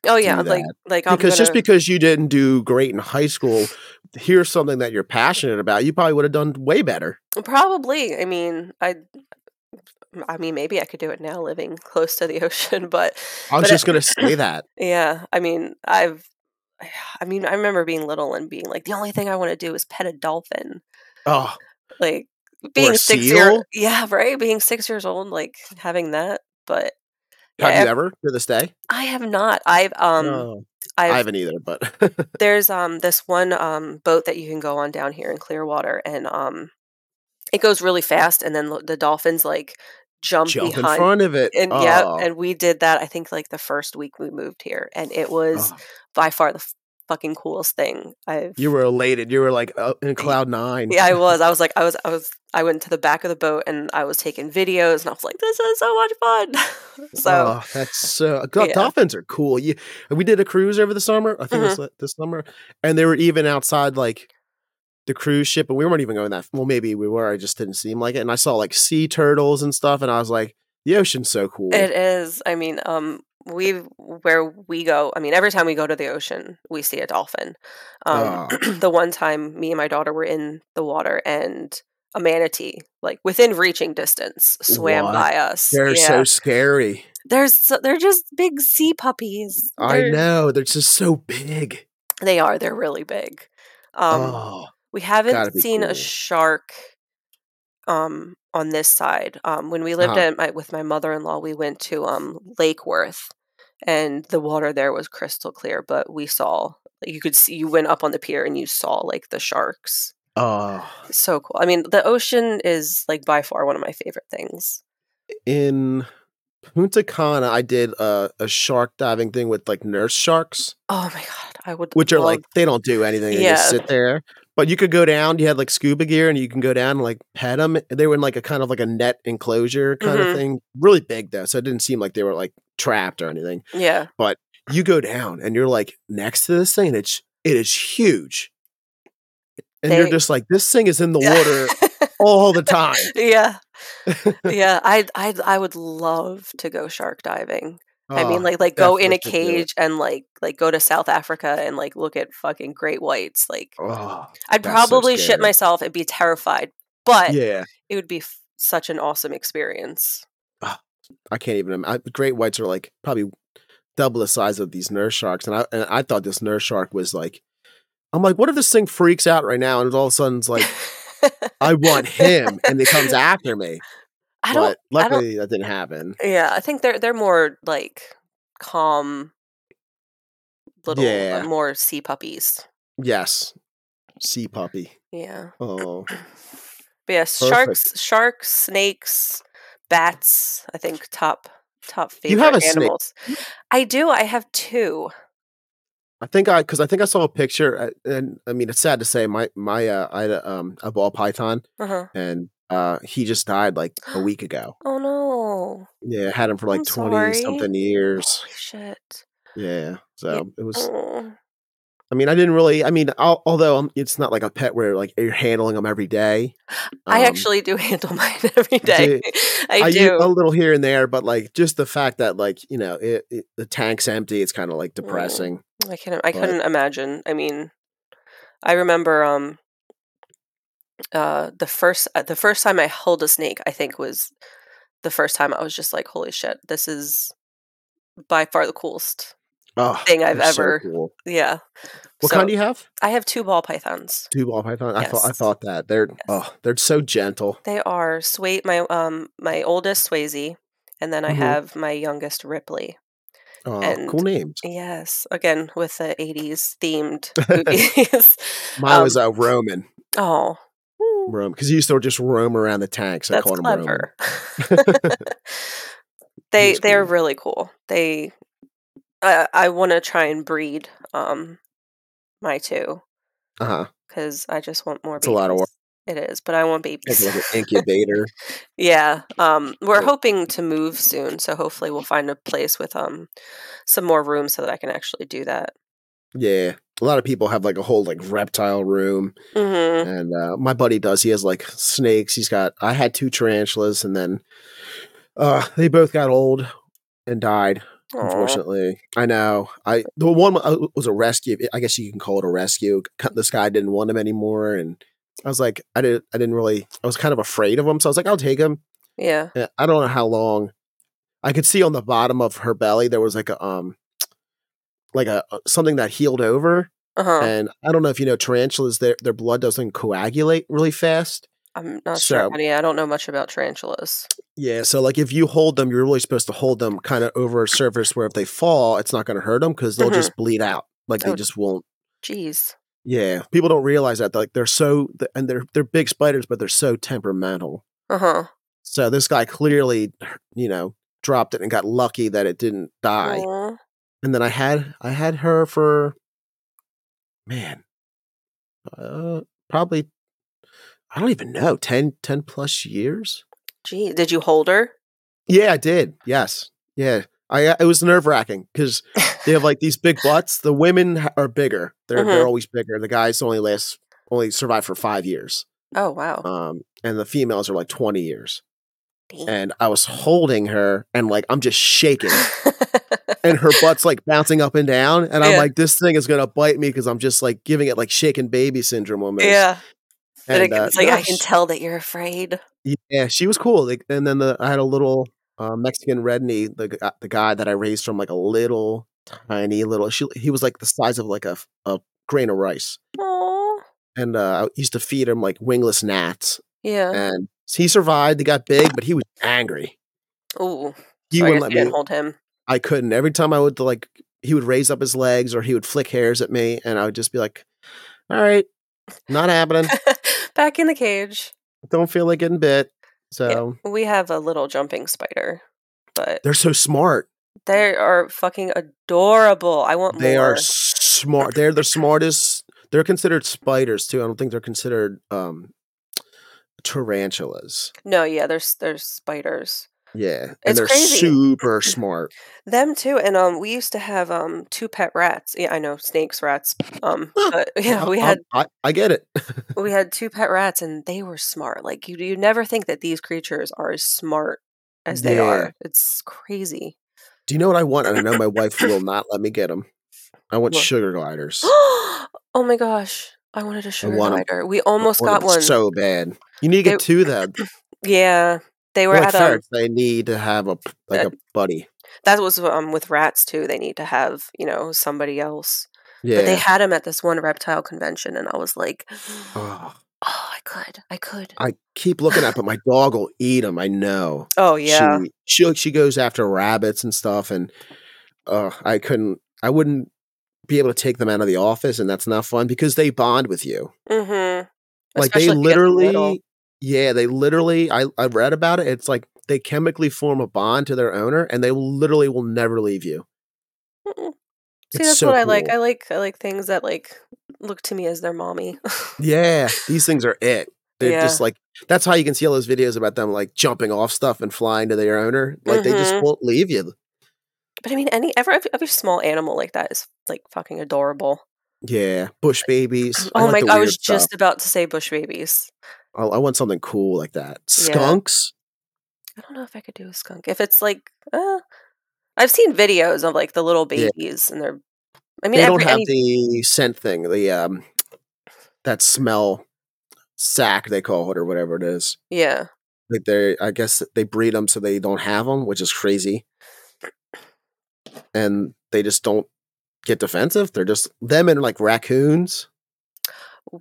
Speaker 3: Oh yeah,
Speaker 1: Do
Speaker 3: like like I'm
Speaker 1: because
Speaker 3: gonna,
Speaker 1: just because you didn't do great in high school, here's something that you're passionate about. You probably would have done way better.
Speaker 3: probably. I mean, I. I mean, maybe I could do it now, living close to the ocean. But
Speaker 1: I was
Speaker 3: but it-
Speaker 1: just gonna say that.
Speaker 3: yeah, I mean, I've I mean, I remember being little and being like, the only thing I want to do is pet a dolphin.
Speaker 1: Oh,
Speaker 3: Like being six
Speaker 1: seal?
Speaker 3: years, yeah, right. Being six years old, like having that. But
Speaker 1: have
Speaker 3: yeah,
Speaker 1: you ever to this day?
Speaker 3: I have not. I've um,
Speaker 1: No.
Speaker 3: I've,
Speaker 1: I haven't either, but
Speaker 3: there's um this one um boat that you can go on down here in Clearwater, and um, it goes really fast, and then lo- the dolphins like jump,
Speaker 1: jump in
Speaker 3: um, behind.
Speaker 1: front of it.
Speaker 3: And yeah,
Speaker 1: Oh,
Speaker 3: and we did that. I think like the first week we moved here, and it was
Speaker 1: oh.
Speaker 3: by far the f- fucking coolest thing I've
Speaker 1: you were elated. You were like up in cloud nine.
Speaker 3: Yeah, I was. I was like, I was, I was, I went to the back of the boat and I was taking videos, and I was like, this is so much fun. so
Speaker 1: Oh, that's so. God,
Speaker 3: Yeah.
Speaker 1: Dolphins are cool. You, we did a cruise over the summer. I think
Speaker 3: Mm-hmm.
Speaker 1: it was this summer, and they were even outside like the cruise ship, and we weren't even going that. Well, maybe we were. I just didn't seem like it. And I saw like sea turtles and stuff, and I was like, the ocean's so cool.
Speaker 3: it is. I mean, um, we where we go. I mean, every time we go to the ocean, we see a dolphin. Um, the one time me and my daughter were in the water and a manatee, like within reaching distance, swam
Speaker 1: What?
Speaker 3: by us.
Speaker 1: They're
Speaker 3: yeah.
Speaker 1: so scary.
Speaker 3: There's so, they're just big sea puppies.
Speaker 1: I
Speaker 3: They're-
Speaker 1: know they're just so big.
Speaker 3: they are. They're really big. Um,
Speaker 1: oh,
Speaker 3: We
Speaker 1: Gotta
Speaker 3: haven't
Speaker 1: be
Speaker 3: seen
Speaker 1: cool.
Speaker 3: a shark um on this side. Um when we lived
Speaker 1: Uh-huh.
Speaker 3: at my with my mother-in-law, we went to um Lake Worth and the water there was crystal clear, but we saw you could see you went up on the pier and you saw like the sharks.
Speaker 1: oh.
Speaker 3: So cool. I mean, the ocean is like by far one of my favorite things.
Speaker 1: In Punta Cana, I did a, a shark diving thing with like nurse sharks.
Speaker 3: Oh my god, I would
Speaker 1: which are
Speaker 3: love-
Speaker 1: like they don't do anything. They just
Speaker 3: Yeah.
Speaker 1: sit there. But you could go down. You had like scuba gear, and you can go down and like pet them. They were in like a kind of like a net enclosure kind
Speaker 3: Mhm.
Speaker 1: of thing. Really big though, so it didn't seem like they were like trapped or anything.
Speaker 3: yeah.
Speaker 1: You go down, and you're like next to this thing. And it's it is huge, and you're
Speaker 3: They-
Speaker 1: just like this thing is in the water all the time.
Speaker 3: yeah. yeah, I I I would love to go shark diving. I
Speaker 1: Oh,
Speaker 3: mean, like, like go in
Speaker 1: definitely
Speaker 3: a
Speaker 1: should do it.
Speaker 3: cage and like, like go to South Africa and like look at fucking great whites. Like,
Speaker 1: oh,
Speaker 3: I'd
Speaker 1: that's so
Speaker 3: probably shit
Speaker 1: scary.
Speaker 3: myself and be terrified, but
Speaker 1: yeah.
Speaker 3: it would be f- such an awesome experience.
Speaker 1: I can't even. im- I, great whites are like probably double the size of these nurse sharks, and I and I thought this nurse shark was like, I'm like, what if this thing freaks out right now, and all of a sudden it's like, I want him, and it comes after me.
Speaker 3: I don't.
Speaker 1: but
Speaker 3: I don't-
Speaker 1: luckily that didn't happen.
Speaker 3: Yeah, I think they're they're more like calm, little uh,
Speaker 1: Yeah.
Speaker 3: more sea puppies.
Speaker 1: Yes, sea puppy.
Speaker 3: Yeah,
Speaker 1: Oh,
Speaker 3: but yeah, sharks, sharks, snakes, bats. I think top top favorite
Speaker 1: You have a snake.
Speaker 3: animals. I do. I have two.
Speaker 1: I think I because I think I saw a picture, uh, and I mean it's sad to say my my uh, I had a, um, a ball python,
Speaker 3: Uh-huh.
Speaker 1: and uh, he just died like a week ago.
Speaker 3: Oh no!
Speaker 1: Yeah, had him for like
Speaker 3: I'm
Speaker 1: twenty
Speaker 3: sorry.
Speaker 1: something years.
Speaker 3: Holy shit!
Speaker 1: Yeah, so it was
Speaker 3: Oh.
Speaker 1: I mean, I didn't really. I mean, al- although um, it's not like a pet where like you're handling them every day.
Speaker 3: I
Speaker 1: Um,
Speaker 3: actually do handle mine every day. I,
Speaker 1: I u-
Speaker 3: do.
Speaker 1: a little here and there, but like just the fact that like you know it, it, the tank's empty, it's kind of
Speaker 3: Mm.
Speaker 1: like depressing.
Speaker 3: I can't. I
Speaker 1: but-
Speaker 3: couldn't imagine. I mean, I remember um, uh, the first uh, the first time I held a snake. I think was the first time I was just like, "Holy shit! This is by far the coolest."
Speaker 1: Oh,
Speaker 3: Thing I've
Speaker 1: they're so
Speaker 3: ever-
Speaker 1: cool.
Speaker 3: Yeah.
Speaker 1: What kind do you have?
Speaker 3: I have two ball pythons.
Speaker 1: Two ball python. I thought I
Speaker 3: Yes.
Speaker 1: thought that they're oh they're so gentle.
Speaker 3: They are Sway. My um, my oldest Swayze, and then I
Speaker 1: Mhm.
Speaker 3: have my youngest Ripley.
Speaker 1: Oh,
Speaker 3: And-
Speaker 1: cool names.
Speaker 3: Yes, again with the '80s themed movies.
Speaker 1: Mine
Speaker 3: um
Speaker 1: was a uh, Roman
Speaker 3: oh,
Speaker 1: Roman because he used to just roam around the tanks. I
Speaker 3: that's
Speaker 1: called him
Speaker 3: clever. they
Speaker 1: was
Speaker 3: they're
Speaker 1: cool.
Speaker 3: really cool. They I I want to try and breed um my two
Speaker 1: Roman. Uh huh.
Speaker 3: because I just want more.
Speaker 1: It's a lot of work.
Speaker 3: It is, but I want babies.
Speaker 1: It's like an incubator.
Speaker 3: yeah, um, we're
Speaker 1: Yeah.
Speaker 3: hoping to move soon, so hopefully we'll find a place with um some more room so that I can actually do that.
Speaker 1: yeah, a lot of people have like a whole like reptile room.
Speaker 3: hmm
Speaker 1: and uh, my buddy does. He has like snakes. He's got. I had two tarantulas, and then uh, they both got old and died. Unfortunately, I know. I the one wa- uh, was a rescue. I guess you can call it a rescue. C- This guy didn't want him anymore, and I was like, I didn't. I didn't really. I was kind of afraid of him, so I was like, I'll take him.
Speaker 3: Yeah.
Speaker 1: And I don't know how long. I could see on the bottom of her belly there was like a um, like a something that healed over.
Speaker 3: Uh-huh.
Speaker 1: And I don't know if you know tarantulas, their their blood doesn't coagulate really fast.
Speaker 3: I'm not sure,
Speaker 1: so-
Speaker 3: honey. I don't know much about tarantulas.
Speaker 1: Yeah, so like if you hold them, you're really supposed to hold them kind of over a surface where if they fall, it's not going to hurt them because they'll
Speaker 3: Mhm.
Speaker 1: just bleed out. Like they
Speaker 3: Oh.
Speaker 1: just won't.
Speaker 3: Jeez.
Speaker 1: Yeah, people don't realize that. Like they're so th- and they're they're big spiders, but they're so temperamental.
Speaker 3: Uh huh.
Speaker 1: So this guy clearly, you know, dropped it and got lucky that it didn't die. and then I had I had her for man uh probably I don't even know 10 10 plus years
Speaker 3: Gee, did you hold her?
Speaker 1: yeah I did yes yeah I uh, it was nerve wracking because they have like these big butts the women h- are bigger they're
Speaker 3: Mhm.
Speaker 1: they're always bigger the guys only last only survive for five years
Speaker 3: Oh wow.
Speaker 1: um and the females are like 20 years
Speaker 3: Damn.
Speaker 1: and I was holding her and like I'm just shaking and her butt's like bouncing up and down. And I'm
Speaker 3: Yeah.
Speaker 1: like, this thing is gonna bite me because I'm just like giving it like shaken baby syndrome almost.
Speaker 3: yeah. And,
Speaker 1: and,
Speaker 3: it,
Speaker 1: uh,
Speaker 3: it's like
Speaker 1: no,
Speaker 3: I can
Speaker 1: sh-
Speaker 3: tell that you're afraid.
Speaker 1: Yeah, she was cool. Like, and then the, I had a little uh, Mexican red knee, the gu- the guy that I raised from like a little tiny little. She, he was like the size of like a f- a grain of rice,
Speaker 3: Aww.
Speaker 1: and uh, I used to feed him like wingless gnats,
Speaker 3: Yeah.
Speaker 1: and he survived. He got big, but he was angry.
Speaker 3: Ooh.
Speaker 1: He
Speaker 3: so I guess
Speaker 1: wouldn't
Speaker 3: you
Speaker 1: let
Speaker 3: didn't
Speaker 1: me.
Speaker 3: hold him.
Speaker 1: I couldn't. Every time I would like, he would raise up his legs or he would flick hairs at me, and I would just be like, "All right, not happening.
Speaker 3: Back in the cage.
Speaker 1: Don't feel like getting bit." So
Speaker 3: We have a little jumping spider, but
Speaker 1: they're so smart.
Speaker 3: they are fucking adorable. I want
Speaker 1: They
Speaker 3: more.
Speaker 1: are smart. They're the smartest. They're considered spiders too. I don't think they're considered um tarantulas.
Speaker 3: no, yeah, there's there's spiders.
Speaker 1: Yeah, and
Speaker 3: It's
Speaker 1: they're
Speaker 3: crazy.
Speaker 1: super smart.
Speaker 3: Them too, and um, we used to have um two pet rats. Yeah, I know snakes, rats. Um, but yeah, we
Speaker 1: I-
Speaker 3: had
Speaker 1: I, I get it.
Speaker 3: we had two pet rats, and they were smart. Like you, you never think that these creatures are as smart as they
Speaker 1: Yeah.
Speaker 3: are. It's crazy.
Speaker 1: Do you know what I want? And I know my wife will not let me get them. I want
Speaker 3: What?
Speaker 1: sugar gliders.
Speaker 3: oh my gosh, I wanted a sugar
Speaker 1: want 'em.
Speaker 3: glider. We almost
Speaker 1: want
Speaker 3: got
Speaker 1: 'em
Speaker 3: one.
Speaker 1: so bad. You need to get
Speaker 3: They-
Speaker 1: two though.
Speaker 3: yeah, they were
Speaker 1: They're like
Speaker 3: at um.
Speaker 1: ferrets. They need to have a p- like
Speaker 3: Uh,
Speaker 1: a buddy.
Speaker 3: That was um with rats too. They need to have you know somebody else.
Speaker 1: Yeah.
Speaker 3: But they had them at this one reptile convention, and I was like,
Speaker 1: Ugh.
Speaker 3: oh, I could, I could.
Speaker 1: I keep looking at, but my dog will eat them. I know.
Speaker 3: Oh yeah.
Speaker 1: She, she she goes after rabbits and stuff, and uh, I couldn't. I wouldn't be able to take them out of the office, and that's not fun because they bond with you.
Speaker 3: Mm-hmm.
Speaker 1: Like they literally, yeah, they literally. I I read about it. It's like they chemically form a bond to their owner, and they will, literally will never leave you.
Speaker 3: See,
Speaker 1: It's
Speaker 3: that's
Speaker 1: so
Speaker 3: what I like.
Speaker 1: cool.
Speaker 3: I like I like things that like look to me as their mommy.
Speaker 1: Yeah, these things are it. They're
Speaker 3: Yeah.
Speaker 1: just like that's how you can see all those videos about them like jumping off stuff and flying to their owner. Like they just
Speaker 3: Mhm.
Speaker 1: won't leave you.
Speaker 3: but I mean, any every every small animal like that is like fucking adorable.
Speaker 1: Yeah, bush babies.
Speaker 3: oh
Speaker 1: like
Speaker 3: my!
Speaker 1: the
Speaker 3: g- I
Speaker 1: weird
Speaker 3: was
Speaker 1: stuff.
Speaker 3: just about to say bush babies.
Speaker 1: I, I want something cool like that.
Speaker 3: Yeah.
Speaker 1: Skunks.
Speaker 3: I don't know if I could do a skunk. If it's like, uh, I've seen videos of like the little
Speaker 1: Yeah.
Speaker 3: babies and they're. I mean,
Speaker 1: they
Speaker 3: every,
Speaker 1: don't have
Speaker 3: any,
Speaker 1: the scent thing. The um, that smell sack they call it or whatever it is.
Speaker 3: yeah.
Speaker 1: Like they, are I guess they breed them so they don't have them, which is crazy. And they just don't get defensive. They're just them and like raccoons.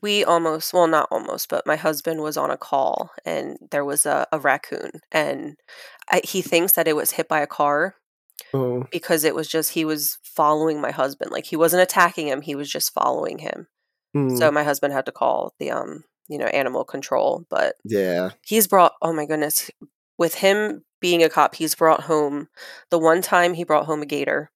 Speaker 3: we almost well not almost but my husband was on a call and there was a, a raccoon and I, he thinks that it was hit by a car
Speaker 1: Oh,
Speaker 3: because it was just he was following my husband like he wasn't attacking him he was just following him
Speaker 1: hmm.
Speaker 3: so my husband had to call the um you know animal control but
Speaker 1: yeah.
Speaker 3: he's brought oh my goodness with him being a cop he's brought home the one time he brought home a gator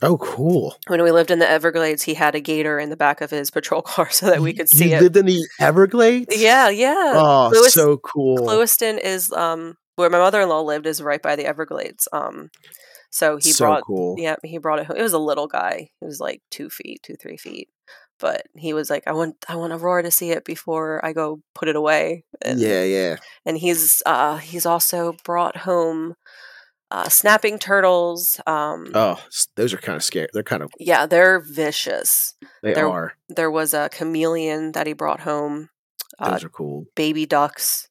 Speaker 1: Oh, cool.
Speaker 3: when we lived in the everglades he had a gator in the back of his patrol car so that we
Speaker 1: You-
Speaker 3: could see
Speaker 1: you
Speaker 3: it
Speaker 1: lived in the Everglades.
Speaker 3: yeah yeah
Speaker 1: Oh,
Speaker 3: Lewis-
Speaker 1: so cool.
Speaker 3: Clewiston is um where my mother in law lived is right by the Everglades. Um, so he
Speaker 1: so
Speaker 3: brought
Speaker 1: cool.
Speaker 3: yeah he brought it home. It was a little guy. He was like two feet, two three feet, but he was like I want I want Aurora to see it before I go put it away. And,
Speaker 1: yeah, yeah.
Speaker 3: and he's uh he's also brought home uh, snapping turtles. Um,
Speaker 1: Oh, s- those are kind of scary. They're kind of
Speaker 3: yeah, they're vicious.
Speaker 1: they
Speaker 3: They're-
Speaker 1: are.
Speaker 3: There was a chameleon that he brought home. Uh,
Speaker 1: Those are cool.
Speaker 3: baby ducks.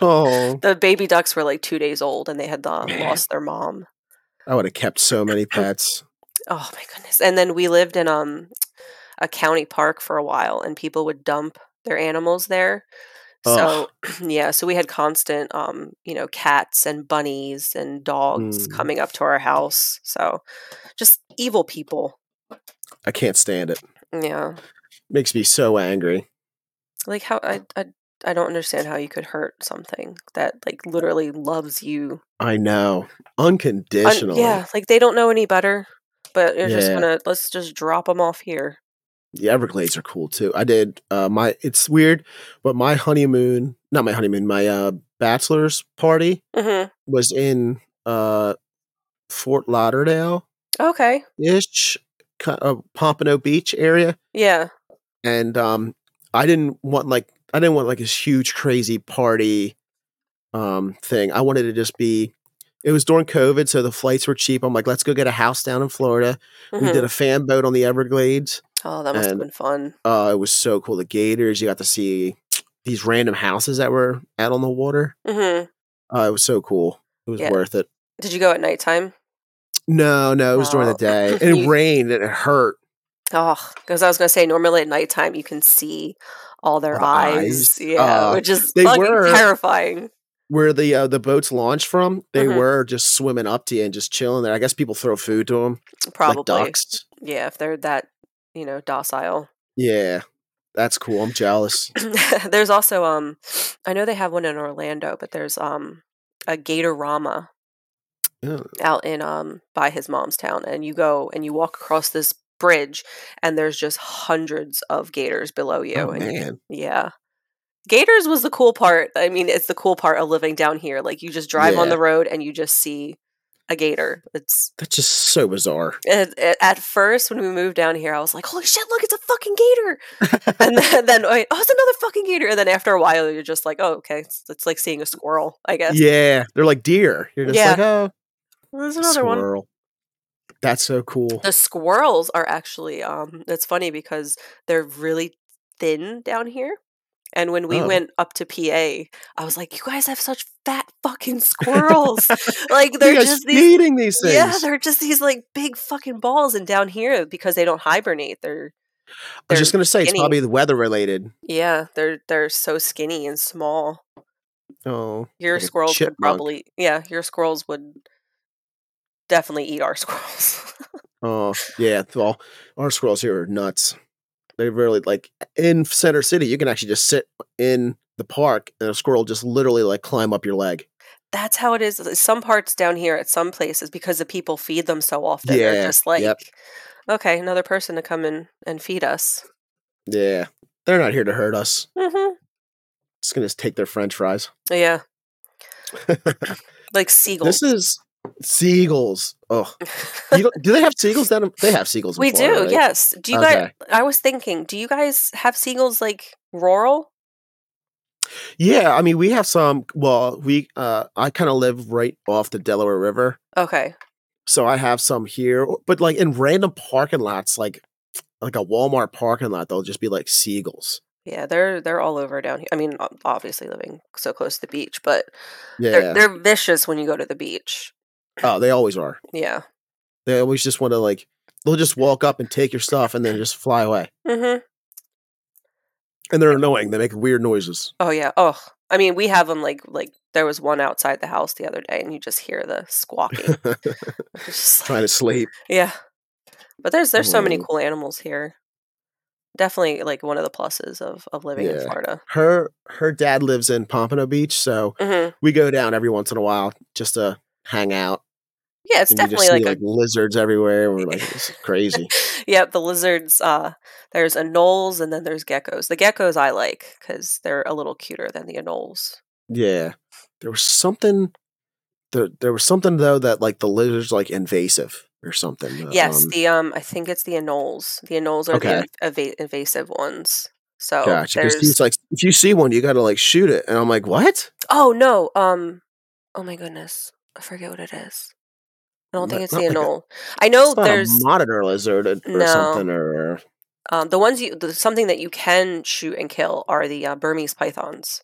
Speaker 1: Oh,
Speaker 3: the baby ducks were like two days old and they had um,
Speaker 1: Man.
Speaker 3: lost their mom.
Speaker 1: I would have kept so many pets.
Speaker 3: oh my goodness. And then we lived in um a county park for a while and people would dump their animals there. So yeah, so we had constant um, you know, cats and bunnies and dogs
Speaker 1: Mm.
Speaker 3: coming up to our house. So just evil people.
Speaker 1: I can't stand it.
Speaker 3: Yeah.
Speaker 1: Makes me so angry.
Speaker 3: Like how I I I don't understand how you could hurt something that like literally loves you.
Speaker 1: I know.
Speaker 3: Un-
Speaker 1: Unconditionally.
Speaker 3: yeah, like they don't know any better, but you're just
Speaker 1: Yeah.
Speaker 3: gonna let's just drop them off here.
Speaker 1: The Everglades are cool too. I did uh, my. It's weird, but my honeymoon, not my honeymoon, my uh, bachelor's party
Speaker 3: hmm
Speaker 1: was in uh, Fort Lauderdale
Speaker 3: Okay.
Speaker 1: ish, uh, Pompano Beach area,
Speaker 3: Yeah.
Speaker 1: and um, I didn't want like I didn't want like this huge crazy party um, thing. I wanted to just be. It was during COVID, so the flights were cheap. I'm like, let's go get a house down in Florida. We
Speaker 3: Mhm.
Speaker 1: did a fan boat on the Everglades.
Speaker 3: Oh, that must have
Speaker 1: and-
Speaker 3: been fun.
Speaker 1: uh, it was so cool. The gators, you got to see these random houses that were out on the water.
Speaker 3: hmm
Speaker 1: Uh, it was so cool. It was
Speaker 3: Yeah.
Speaker 1: worth it.
Speaker 3: Did you go at nighttime?
Speaker 1: No, no, it was during the
Speaker 3: Oh.
Speaker 1: day. And it
Speaker 3: You-
Speaker 1: rained and it hurt.
Speaker 3: Oh, because I was gonna say normally at nighttime you can see all their
Speaker 1: The
Speaker 3: eyes,
Speaker 1: eyes.
Speaker 3: yeah,
Speaker 1: Uh,
Speaker 3: which is
Speaker 1: they
Speaker 3: fucking
Speaker 1: were-
Speaker 3: terrifying.
Speaker 1: Where the uh, the boats launched from, they
Speaker 3: Mhm.
Speaker 1: were just swimming up to you and just chilling there. I guess people throw food to them,
Speaker 3: Probably,
Speaker 1: like ducks.
Speaker 3: yeah, if they're that you know docile.
Speaker 1: Yeah, that's cool. I'm jealous.
Speaker 3: there's also um, I know they have one in Orlando, but there's um a Gatorama
Speaker 1: Yeah.
Speaker 3: out in um by his mom's town, and you go and you walk across this bridge, and there's just hundreds of gators below you,
Speaker 1: Oh,
Speaker 3: and you
Speaker 1: man.
Speaker 3: Yeah. Gators was the cool part. I mean, it's the cool part of living down here. Like you just drive on
Speaker 1: Yeah.
Speaker 3: the road and you just see a gator. It's
Speaker 1: That's just so bizarre.
Speaker 3: it, it- at first when we moved down here, I was like, "Holy shit! Look, it's a fucking gator!" and then, then I- oh, it's another fucking gator. And then after a while, you're just like, "Oh, okay, it's, it's like seeing a squirrel, I guess."
Speaker 1: Yeah, they're like deer. You're just
Speaker 3: Yeah.
Speaker 1: like, oh,
Speaker 3: There's another one.
Speaker 1: squirrel. That's so cool.
Speaker 3: The squirrels are actually um that's funny because they're really thin down here. And when we
Speaker 1: Oh.
Speaker 3: went up to PA, I was like, "You guys have such fat fucking squirrels! like they're
Speaker 1: you guys
Speaker 3: just these,
Speaker 1: feeding these things.
Speaker 3: yeah, they're just these like big fucking balls." And down here, because they don't hibernate, they're
Speaker 1: I
Speaker 3: they're
Speaker 1: was just gonna say it's
Speaker 3: skinny.
Speaker 1: probably the weather related.
Speaker 3: yeah, they're they're so skinny and small.
Speaker 1: Oh,
Speaker 3: Your
Speaker 1: Like a
Speaker 3: squirrels would
Speaker 1: chipmunk.
Speaker 3: probably yeah, your squirrels would definitely eat our squirrels.
Speaker 1: oh, yeah. Well, our squirrels here are nuts. They really like in Center City. You can actually just sit in the park, and a squirrel just literally like climb up your leg.
Speaker 3: that's how it is. uh, Some parts down here at some places because the people feed them so often. They're
Speaker 1: Yeah,
Speaker 3: just like,
Speaker 1: yep.
Speaker 3: okay, another person to come in and feed us.
Speaker 1: Yeah, they're not here to hurt us.
Speaker 3: hmm
Speaker 1: Just gonna take their French fries.
Speaker 3: Yeah, like seagulls.
Speaker 1: This is seagulls. Oh, you don't, do they have seagulls? Down in, they have seagulls. in
Speaker 3: we do.
Speaker 1: Florida, right?
Speaker 3: Yes. Do you guys?
Speaker 1: Okay.
Speaker 3: I was thinking. Do you guys have seagulls like rural?
Speaker 1: Yeah, I mean we have some. Well, we uh, I kind of live right off the Delaware River.
Speaker 3: Okay.
Speaker 1: so I have some here, or- but like in random parking lots, like like a Walmart parking lot, they'll just be like seagulls.
Speaker 3: Yeah, they're they're all over down here. I mean, ob- obviously living so close to the beach, but
Speaker 1: Yeah.
Speaker 3: they're they're vicious when you go to the beach.
Speaker 1: oh, they always are.
Speaker 3: Yeah.
Speaker 1: They always just want to like they'll just walk up and take your stuff and then just fly away.
Speaker 3: Mm-hmm.
Speaker 1: And they're annoying. They make weird noises.
Speaker 3: Oh yeah. Oh, I mean, we have them like like there was one outside the house the other day, and you just hear the squawking. It's just like-
Speaker 1: Trying to sleep.
Speaker 3: yeah, but there's there's so many
Speaker 1: Mm.
Speaker 3: cool animals here. Definitely like one of the pluses of of living in
Speaker 1: Yeah.
Speaker 3: Florida.
Speaker 1: Her her dad lives in Pompano Beach, so
Speaker 3: hmm
Speaker 1: we go down every once in a while just to hang out.
Speaker 3: Yeah, it's
Speaker 1: and you just
Speaker 3: definitely
Speaker 1: see
Speaker 3: like,
Speaker 1: like, lizards everywhere. And we're like, this is crazy.
Speaker 3: a yep. The lizards. Uh, there's anoles, and then there's geckos. The geckos I like because they're a little cuter than the anoles.
Speaker 1: Yeah. There was something there there was something though that like the lizard's like invasive or something. uh,
Speaker 3: yes,
Speaker 1: um,
Speaker 3: the um, I think it's the anoles. The anoles are
Speaker 1: Okay.
Speaker 3: the inv- invasive ones. So
Speaker 1: gotcha. Because
Speaker 3: there's
Speaker 1: he's like if you see one, you gotta like shoot it. And I'm like, what?
Speaker 3: Oh no. Um. Oh my goodness. I forget what it is. I don't think
Speaker 1: Not-
Speaker 3: it's
Speaker 1: not
Speaker 3: the
Speaker 1: like a-
Speaker 3: anole. I know
Speaker 1: it's not
Speaker 3: there's
Speaker 1: a monitor lizard or, or
Speaker 3: No.
Speaker 1: something or
Speaker 3: um, the ones you the, something that you can shoot and kill are the uh, Burmese pythons.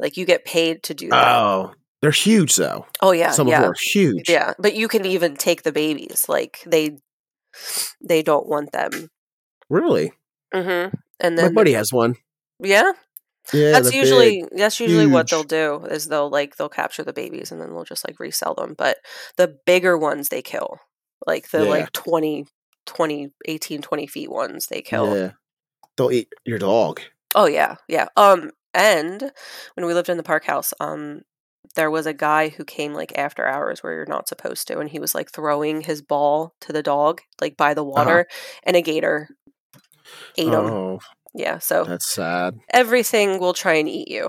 Speaker 3: Like you get paid to do that.
Speaker 1: Oh. They're huge though.
Speaker 3: oh yeah,
Speaker 1: Some of
Speaker 3: yeah,
Speaker 1: them are huge.
Speaker 3: yeah. But you can even take the babies. Like they they don't want them.
Speaker 1: Really?
Speaker 3: Mm-hmm. And
Speaker 1: My
Speaker 3: then
Speaker 1: buddy has one.
Speaker 3: yeah,
Speaker 1: Yeah,
Speaker 3: that's
Speaker 1: they're
Speaker 3: usually
Speaker 1: big.
Speaker 3: that's usually what they'll
Speaker 1: huge.
Speaker 3: do is they'll like they'll capture the babies and then they'll just like resell them. But the bigger ones they kill, like the
Speaker 1: Yeah.
Speaker 3: like 20, 20, 18, 20 feet ones they kill.
Speaker 1: Yeah. They'll eat your dog.
Speaker 3: Oh yeah, yeah. Um, and when we lived in the park house, um, there was a guy who came like after hours where you're not supposed to, and he was like throwing his ball to the dog like by the water, and a gator ate him.
Speaker 1: Uh-huh. Oh,
Speaker 3: Yeah, so
Speaker 1: that's sad.
Speaker 3: everything will try and eat you.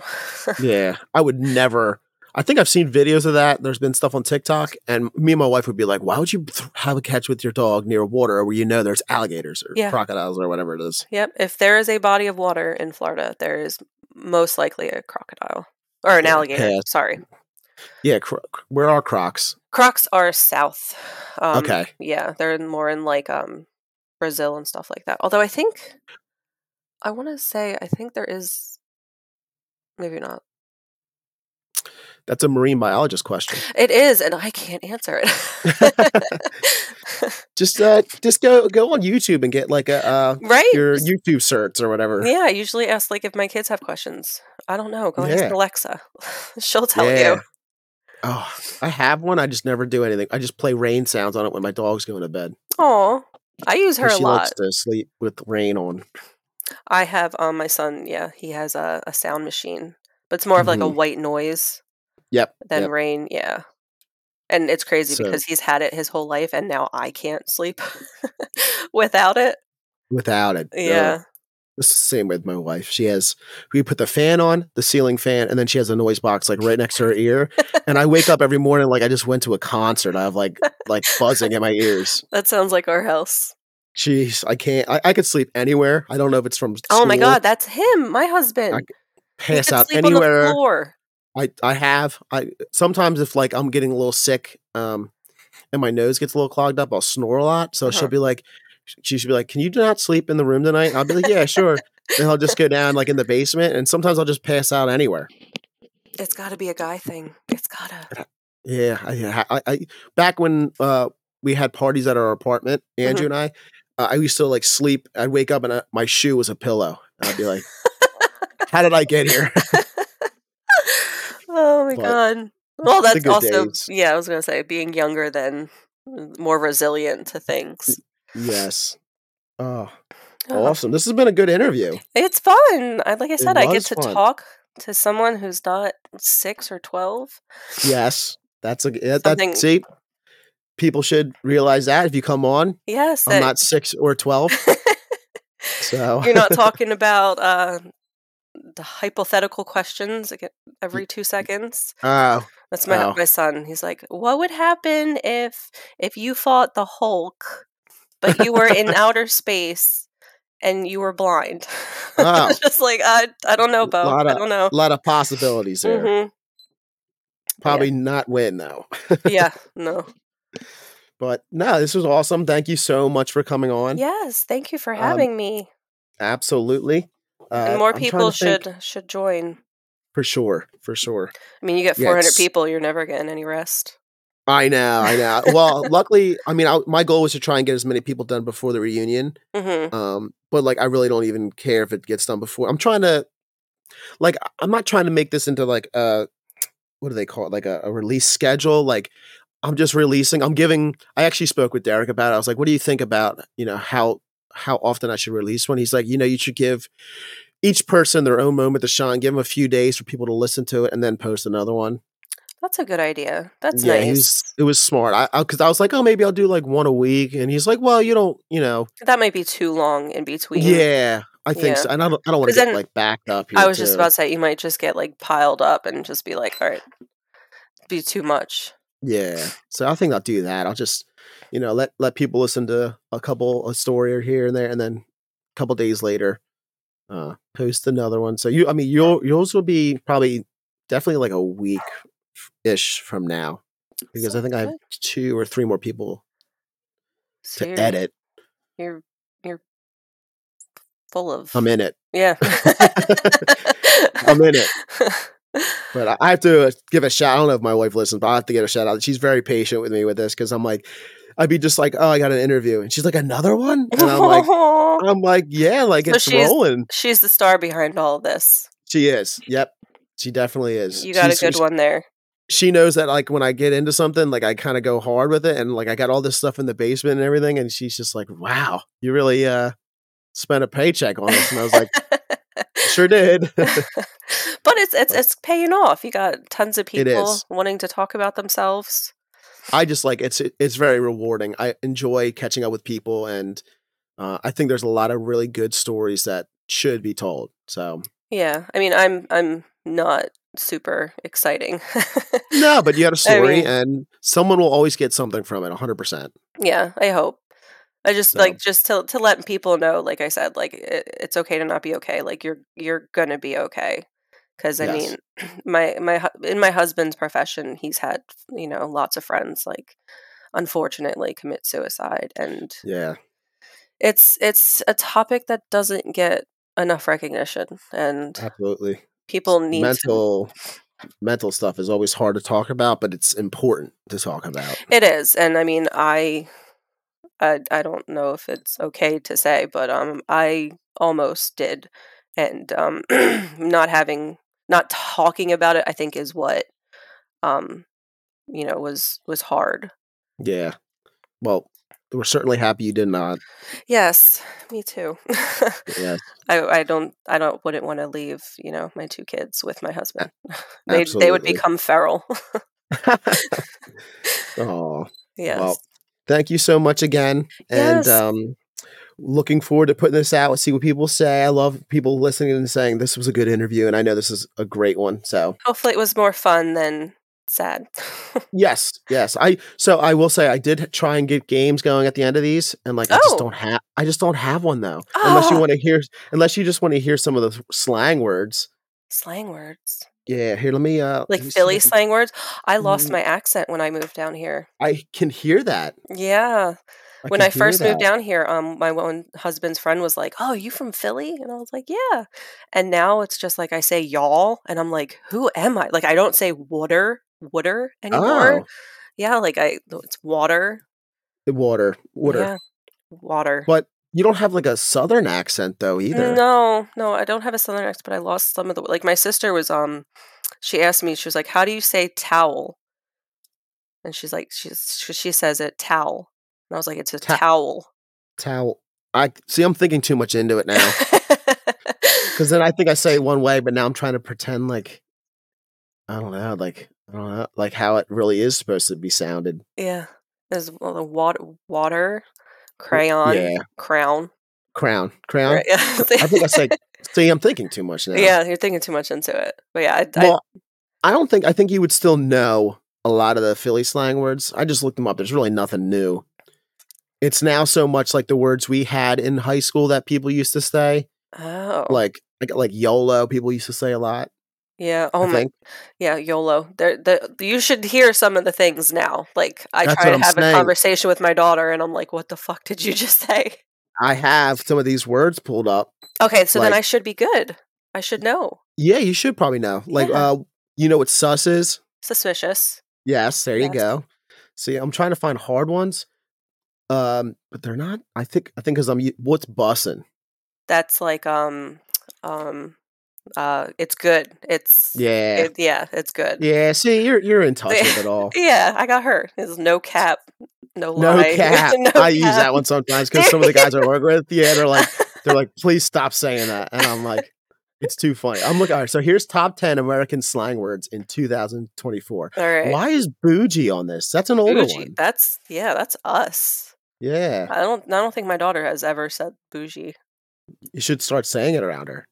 Speaker 1: Yeah, I would never. I think I've seen videos of that. There's been stuff on TikTok, and me and my wife would be like, "Why would you th- have a catch with your dog near water where you know there's alligators or
Speaker 3: Yeah.
Speaker 1: crocodiles or whatever it is?"
Speaker 3: yep. If there is a body of water in Florida, there is most likely a crocodile or an
Speaker 1: Yeah,
Speaker 3: alligator.
Speaker 1: yeah.
Speaker 3: Sorry,
Speaker 1: Yeah, cro- cro- where are crocs?
Speaker 3: crocs are south. Um,
Speaker 1: okay,
Speaker 3: yeah they're in- more in like um brazil and stuff like that although i think i want to say i think there is maybe not
Speaker 1: that's a marine biologist question.
Speaker 3: it is and i can't answer it
Speaker 1: Just uh, just go go on YouTube and get like a uh,
Speaker 3: right
Speaker 1: your YouTube certs or whatever.
Speaker 3: yeah i usually ask like if my kids have questions i don't know go and ask
Speaker 1: Yeah.
Speaker 3: alexa she'll tell you
Speaker 1: Oh, I have one. I just never do anything. I just play rain sounds on it when my dog's going to bed.
Speaker 3: oh i use her
Speaker 1: 'cause
Speaker 3: a
Speaker 1: she
Speaker 3: lot
Speaker 1: likes to sleep with rain on.
Speaker 3: i have um my son yeah he has a, a sound machine but it's more of like a
Speaker 1: Mhm.
Speaker 3: white noise
Speaker 1: Yep.
Speaker 3: Then
Speaker 1: yep.
Speaker 3: rain yeah and it's crazy
Speaker 1: So-
Speaker 3: because he's had it his whole life and now i can't sleep without it
Speaker 1: Without it. Ugh.
Speaker 3: yeah
Speaker 1: It's the same with my wife. She has we put the fan on, the ceiling fan, and then she has a noise box like right next to her ear. And I wake up every morning like I just went to a concert. I have like like buzzing in my ears.
Speaker 3: that sounds like our house
Speaker 1: Jeez, I can't. I, I could sleep anywhere. I don't know if it's from.
Speaker 3: oh my
Speaker 1: school,
Speaker 3: god that's him my husband
Speaker 1: I
Speaker 3: He
Speaker 1: Pass
Speaker 3: could
Speaker 1: out
Speaker 3: sleep on the
Speaker 1: anywhere.
Speaker 3: floor
Speaker 1: I I have. I sometimes if like I'm getting a little sick, um, and my nose gets a little clogged up, I'll snore a lot. So
Speaker 3: Uh-huh.
Speaker 1: she'll be like, she should be like, "Can you not sleep in the room tonight?" And I'll be like, "Yeah, sure." and I'll just go down like in the basement, and sometimes I'll just pass out anywhere.
Speaker 3: it's gotta be a guy thing it's gotta
Speaker 1: uh, Yeah, I, I, I back when uh, we had parties at our apartment,
Speaker 3: Mm-hmm.
Speaker 1: Andrew and I, uh, I used to like sleep. I'd wake up and uh, my shoe was a pillow. And I'd be like, "How did I get here?"
Speaker 3: oh my
Speaker 1: But
Speaker 3: god well
Speaker 1: the
Speaker 3: that's
Speaker 1: good
Speaker 3: also
Speaker 1: days.
Speaker 3: yeah i was gonna say being younger than mm, more resilient to things
Speaker 1: yes. Oh,
Speaker 3: Oh,
Speaker 1: awesome! This has been a good interview.
Speaker 3: it's fun I, like i said i get
Speaker 1: was
Speaker 3: to
Speaker 1: fun.
Speaker 3: talk to someone who's not six or 12
Speaker 1: Yes, that's a yeah,
Speaker 3: Something-
Speaker 1: that. See, people should realize that if you come on,
Speaker 3: yes
Speaker 1: I'm
Speaker 3: that-
Speaker 1: not six or twelve. So
Speaker 3: You're not talking about uh, the hypothetical questions ag- every
Speaker 1: Mm.
Speaker 3: two seconds.
Speaker 1: Oh,
Speaker 3: That's my
Speaker 1: Oh.
Speaker 3: my son. He's like, "What would happen if if you fought the Hulk, but you were in outer space and you were blind?"
Speaker 1: Oh.
Speaker 3: Just like I I don't know, Bo.
Speaker 1: Lotta-
Speaker 3: I don't know.
Speaker 1: a lot of possibilities there.
Speaker 3: Mhm.
Speaker 1: Probably not win though.
Speaker 3: Yeah, no.
Speaker 1: But no, this was awesome. Thank you so much for coming on.
Speaker 3: Yes, thank you for
Speaker 1: Um,
Speaker 3: having me.
Speaker 1: Absolutely. Uh,
Speaker 3: And more
Speaker 1: I'm trying
Speaker 3: people
Speaker 1: to think-
Speaker 3: should should join.
Speaker 1: for sure, for sure.
Speaker 3: I mean, you get
Speaker 1: Yeah,
Speaker 3: 400
Speaker 1: it's-
Speaker 3: people, you're never getting any rest.
Speaker 1: I know, I know. well, luckily, I mean, I, my goal was to try and get as many people done before the reunion.
Speaker 3: hmm
Speaker 1: Um, but like, I really don't even care if it gets done before. I'm trying to, like, I- I'm not trying to make this into like a, what do they call it? Like a, a release schedule. Like, I'm just releasing. I'm giving. I actually spoke with Derek about it. I was like, "What do you think about you know how how often I should release one?" He's like, "You know, you should give each person their own moment to shine. Give them a few days for people to listen to it, and then post another one."
Speaker 3: That's a good idea. That's
Speaker 1: yeah,
Speaker 3: nice.
Speaker 1: he was. It was smart. I because I, was like, "Oh, maybe I'll do like one a week," and he's like, "Well, you don't. You know,
Speaker 3: That might be too long in between.
Speaker 1: yeah." I think
Speaker 3: Yeah.
Speaker 1: so. And I don't, I don't want
Speaker 3: 'Cause
Speaker 1: to get
Speaker 3: then-
Speaker 1: like backed up here.
Speaker 3: I was just
Speaker 1: too.
Speaker 3: about to say you might just get like piled up and just be like, all right, be too much.
Speaker 1: Yeah. So I think I'll do that. I'll just, you know, let let people listen to a couple a story or here and there, and then a couple days later, uh, post another one. So you, I mean, your yours will be probably definitely like a week ish from now because I
Speaker 3: Sounds
Speaker 1: think I have
Speaker 3: good.
Speaker 1: two or three more people
Speaker 3: So
Speaker 1: to
Speaker 3: you're,
Speaker 1: edit.
Speaker 3: You're you're full of
Speaker 1: I'm in it.
Speaker 3: yeah.
Speaker 1: I'm in it. But I- I have to give a shout. I don't know if my wife listens, but I have to give a shout out. She's very patient with me with this because I'm like, I'd be just like, oh, I got an interview, and she's like, another one, and I'm like, "Oh." I'm like, yeah, like
Speaker 3: So
Speaker 1: it's
Speaker 3: she's-
Speaker 1: rolling.
Speaker 3: She's the star behind all of this.
Speaker 1: She is. Yep. She definitely is.
Speaker 3: You got
Speaker 1: She's-
Speaker 3: a good one there.
Speaker 1: She knows that like when I get into something, like I kind of go hard with it, and like I got all this stuff in the basement and everything, and she's just like, wow, you really uh spent a paycheck on this, and I was like, sure did.
Speaker 3: but it's it's it's paying off. You got tons of
Speaker 1: It
Speaker 3: people
Speaker 1: is.
Speaker 3: wanting to talk about themselves.
Speaker 1: I just like it's it's very rewarding. I enjoy catching up with people, and uh, I think there's a lot of really good stories that should be told. So
Speaker 3: Yeah, I mean, I'm I'm not super exciting.
Speaker 1: no, but you had a
Speaker 3: I
Speaker 1: story,
Speaker 3: mean-
Speaker 1: and someone will always get something from it. 100. percent
Speaker 3: yeah, I hope. I just
Speaker 1: So-
Speaker 3: like just to to let people know, like I said, like it, it's okay to not be okay. Like you're you're gonna be okay. Because I
Speaker 1: Yes.
Speaker 3: mean, my my hu- in my husband's profession, he's had you know lots of friends like unfortunately commit suicide, and
Speaker 1: Yeah,
Speaker 3: it's it's a topic that doesn't get enough recognition, and
Speaker 1: absolutely.
Speaker 3: people need to
Speaker 1: mental mental stuff is always hard to talk about, but it's important to talk about.
Speaker 3: It is, and I mean, I, I, I don't know if it's okay to say, but um, I almost did, and um, not having, not talking about it, I think is what, um, you know, was was hard.
Speaker 1: Yeah. Well, we're certainly happy you did not.
Speaker 3: Yes, me too.
Speaker 1: Yeah.
Speaker 3: I, I don't, I don't, wouldn't want to leave, you know, my two kids with my husband. they they would
Speaker 1: absolutely.
Speaker 3: become feral.
Speaker 1: Oh,
Speaker 3: yes.
Speaker 1: well, thank you so much again, and
Speaker 3: Yes.
Speaker 1: um, looking forward to putting this out. and see what people say. I love people listening and saying this was a good interview, and I know this is a great one. So
Speaker 3: Hopefully, it was more fun than sad.
Speaker 1: Yes, yes. I so I will say I did try and get games going at the end of these, and like I
Speaker 3: Oh.
Speaker 1: just don't have I just don't have one though. Unless you
Speaker 3: Ah.
Speaker 1: want to hear, unless you just want to hear some of those slang words.
Speaker 3: Slang words.
Speaker 1: Yeah, here let me. uh
Speaker 3: like
Speaker 1: let me see if
Speaker 3: Philly
Speaker 1: I can-
Speaker 3: slang words. I lost
Speaker 1: Mm.
Speaker 3: my accent when I moved down here.
Speaker 1: I can hear that
Speaker 3: Yeah, when
Speaker 1: can
Speaker 3: I
Speaker 1: hear
Speaker 3: first moved
Speaker 1: that.
Speaker 3: down here, um, my one husband's friend was like, "Oh, you from Philly?" And I was like, "Yeah." And now it's just like I say "y'all," and I'm like, "Who am I?" Like I don't say "water," "water" anymore.
Speaker 1: Oh,
Speaker 3: Yeah, like I it's water.
Speaker 1: the water, water.
Speaker 3: Yeah, water.
Speaker 1: But you don't have like a southern accent though either.
Speaker 3: No, no, I don't have a southern accent, but I lost some of the like my sister was um she asked me she was like, "How do you say towel?" And she's like she's she she says it towel. And I was like, "It's a
Speaker 1: Ta-
Speaker 3: towel."
Speaker 1: Towel. I see. I'm thinking too much into it now because then I think I say it one way, but now I'm trying to pretend like I don't know, like I don't know, like how it really is supposed to be sounded.
Speaker 3: yeah. There's well, the water water crayon
Speaker 1: Yeah.
Speaker 3: crown.
Speaker 1: Crown. Crown.
Speaker 3: right? Yeah.
Speaker 1: I think I said see, I'm thinking too much now.
Speaker 3: Yeah, you're thinking too much into it. But yeah, I, I,
Speaker 1: Well, I don't think I think you would still know a lot of the Philly slang words. I just looked them up. There's really nothing new. It's now so much like the words we had in high school that people used to say.
Speaker 3: oh.
Speaker 1: Like like like YOLO, people used to say a lot.
Speaker 3: yeah. Oh
Speaker 1: I
Speaker 3: my
Speaker 1: think.
Speaker 3: Yeah, YOLO. There, the you should hear some of the things now. Like I
Speaker 1: That's what
Speaker 3: try to
Speaker 1: I'm
Speaker 3: have a
Speaker 1: saying.
Speaker 3: conversation with my daughter, and I'm like, "What the fuck did you just say?"
Speaker 1: I have some of these words pulled up.
Speaker 3: Okay, so then
Speaker 1: Like-
Speaker 3: I should be good. I should know.
Speaker 1: Yeah, you should probably know. Like
Speaker 3: Yeah.
Speaker 1: uh you know what sus is?
Speaker 3: Suspicious.
Speaker 1: Yes, there you
Speaker 3: Yes.
Speaker 1: go. See, I'm trying to find hard ones. Um, but they're not. I think I think cuz I'm u- what's bussin'?
Speaker 3: That's like um, um, uh, it's good. It's
Speaker 1: Yeah.
Speaker 3: it- yeah, it's good. Yeah.
Speaker 1: Yeah, see, you're you're in touch with it all.
Speaker 3: I got her. There's no cap, no
Speaker 1: No
Speaker 3: lie.
Speaker 1: cap.
Speaker 3: no
Speaker 1: I use
Speaker 3: cap.
Speaker 1: that one sometimes because some of the guys I work with, yeah, they're like, they're like, please stop saying that, and I'm like, it's too funny. I'm like, all right, so here's top ten American slang words in 2024.
Speaker 3: All right.
Speaker 1: Why is bougie on this? That's an older
Speaker 3: Bougie.
Speaker 1: one.
Speaker 3: That's yeah. That's us.
Speaker 1: Yeah,
Speaker 3: I don't. I don't think my daughter has ever said bougie.
Speaker 1: you should start saying it around her.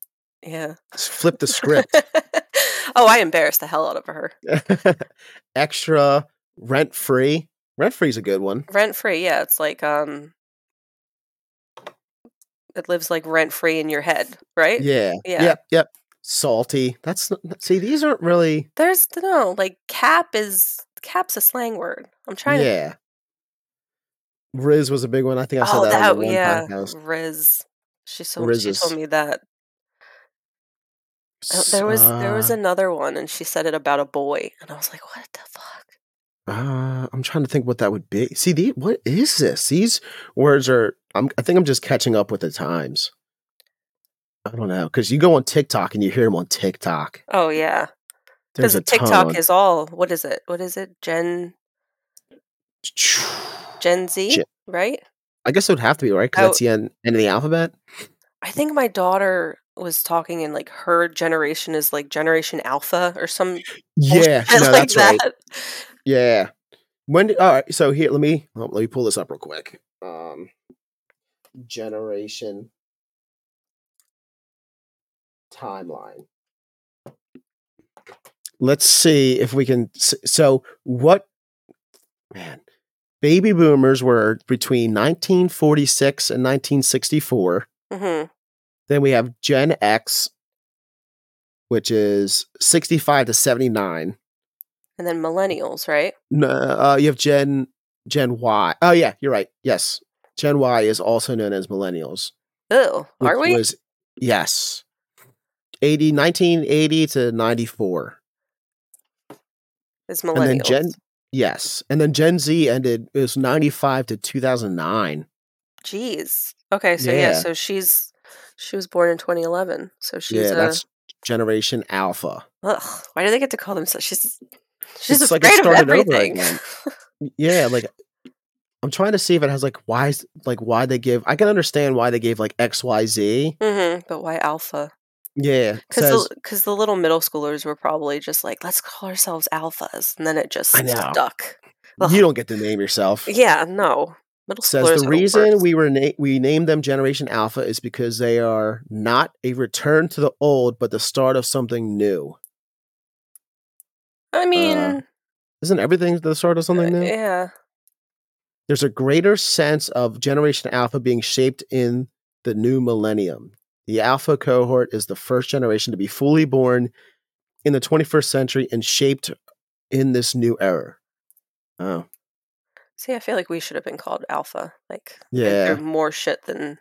Speaker 3: Yeah.
Speaker 1: S- Flip the script.
Speaker 3: oh, I embarrassed the hell out of her.
Speaker 1: Extra rent free. Rent free's a good one.
Speaker 3: Rent free, yeah. It's like um it lives like rent free in your head, right?
Speaker 1: Yeah.
Speaker 3: Yeah.
Speaker 1: Yep. Yep. Salty. That's not- see. These aren't really.
Speaker 3: There's no like cap is cap's a slang word. I'm trying to
Speaker 1: Yeah. Riz was a big one. I think I said
Speaker 3: Oh
Speaker 1: that,
Speaker 3: that,
Speaker 1: on the one
Speaker 3: yeah.
Speaker 1: podcast.
Speaker 3: Riz. She so she
Speaker 1: Rizzes.
Speaker 3: told me that. Oh, There was there was
Speaker 1: Uh,
Speaker 3: another one and she said it about a boy and I was like, What the fuck?
Speaker 1: Uh, I'm trying to think what that would be. See, the, what is this? These words are. I'm, I think I'm just catching up with the times. I don't know because you go on TikTok and you hear them on TikTok.
Speaker 3: Oh yeah,
Speaker 1: There's
Speaker 3: because
Speaker 1: a
Speaker 3: TikTok
Speaker 1: ton.
Speaker 3: is all. What is it? What is it? Gen Gen Z,
Speaker 1: Gen-
Speaker 3: right?
Speaker 1: I guess it would have to be right because
Speaker 3: I
Speaker 1: that's the end, end of the alphabet.
Speaker 3: I think my daughter was talking, and like her generation is like Generation Alpha or some
Speaker 1: Yeah,
Speaker 3: bullshit
Speaker 1: no,
Speaker 3: like
Speaker 1: that's
Speaker 3: that.
Speaker 1: right. Yeah. When? Did, all right. So here, let me oh, let me pull this up real quick. Um, generation timeline. Let's see if we can. s- So what? Man, baby boomers were between 1946 and 1964.
Speaker 3: Mhm.
Speaker 1: Then we have Gen X, which is 65 to 79.
Speaker 3: And then Millennials, right?
Speaker 1: No, uh, you have Gen Gen Y. Oh yeah, you're right. Yes, Gen Y is also known as millennials.
Speaker 3: Oh,
Speaker 1: which
Speaker 3: are we?
Speaker 1: Was, yes, 80, 1980 to ninety four.
Speaker 3: It's
Speaker 1: and then
Speaker 3: Millennials.
Speaker 1: Gen- Yes, and then Gen Z ended it was ninety five to two thousand nine.
Speaker 3: Jeez. Okay, so yeah.
Speaker 1: Yeah.
Speaker 3: so she's she was born in 2011. So she's
Speaker 1: Yeah,
Speaker 3: a
Speaker 1: that's Generation Alpha.
Speaker 3: ugh, why do they get to call them so she's she's
Speaker 1: It's like it
Speaker 3: afraid of
Speaker 1: started over
Speaker 3: everything.
Speaker 1: again. Yeah, like I'm trying to see if it has like why is- like why they give. I can understand why they gave like X Y Z.
Speaker 3: hmm But why alpha?
Speaker 1: Yeah, it
Speaker 3: Because
Speaker 1: says-
Speaker 3: the, 'cause the little middle schoolers were probably just like, let's call ourselves alphas, and then it just
Speaker 1: I know.
Speaker 3: stuck. Ugh.
Speaker 1: you don't get to name yourself.
Speaker 3: Yeah, no. Middle schoolers
Speaker 1: says
Speaker 3: are
Speaker 1: the reason
Speaker 3: worst.
Speaker 1: we were na- we named them Generation Alpha is because they are not a return to the old, but the start of something new.
Speaker 3: I mean,
Speaker 1: Isn't everything the start of uh,
Speaker 3: Uh,
Speaker 1: something new?
Speaker 3: yeah,
Speaker 1: There's a greater sense of Generation Alpha being shaped in the new millennium. The Alpha cohort is the first generation to be fully born in the 21st century and shaped in this new era. Oh,
Speaker 3: see, I feel like we should have been called alpha. Like, they-
Speaker 1: yeah.
Speaker 3: they're more shit than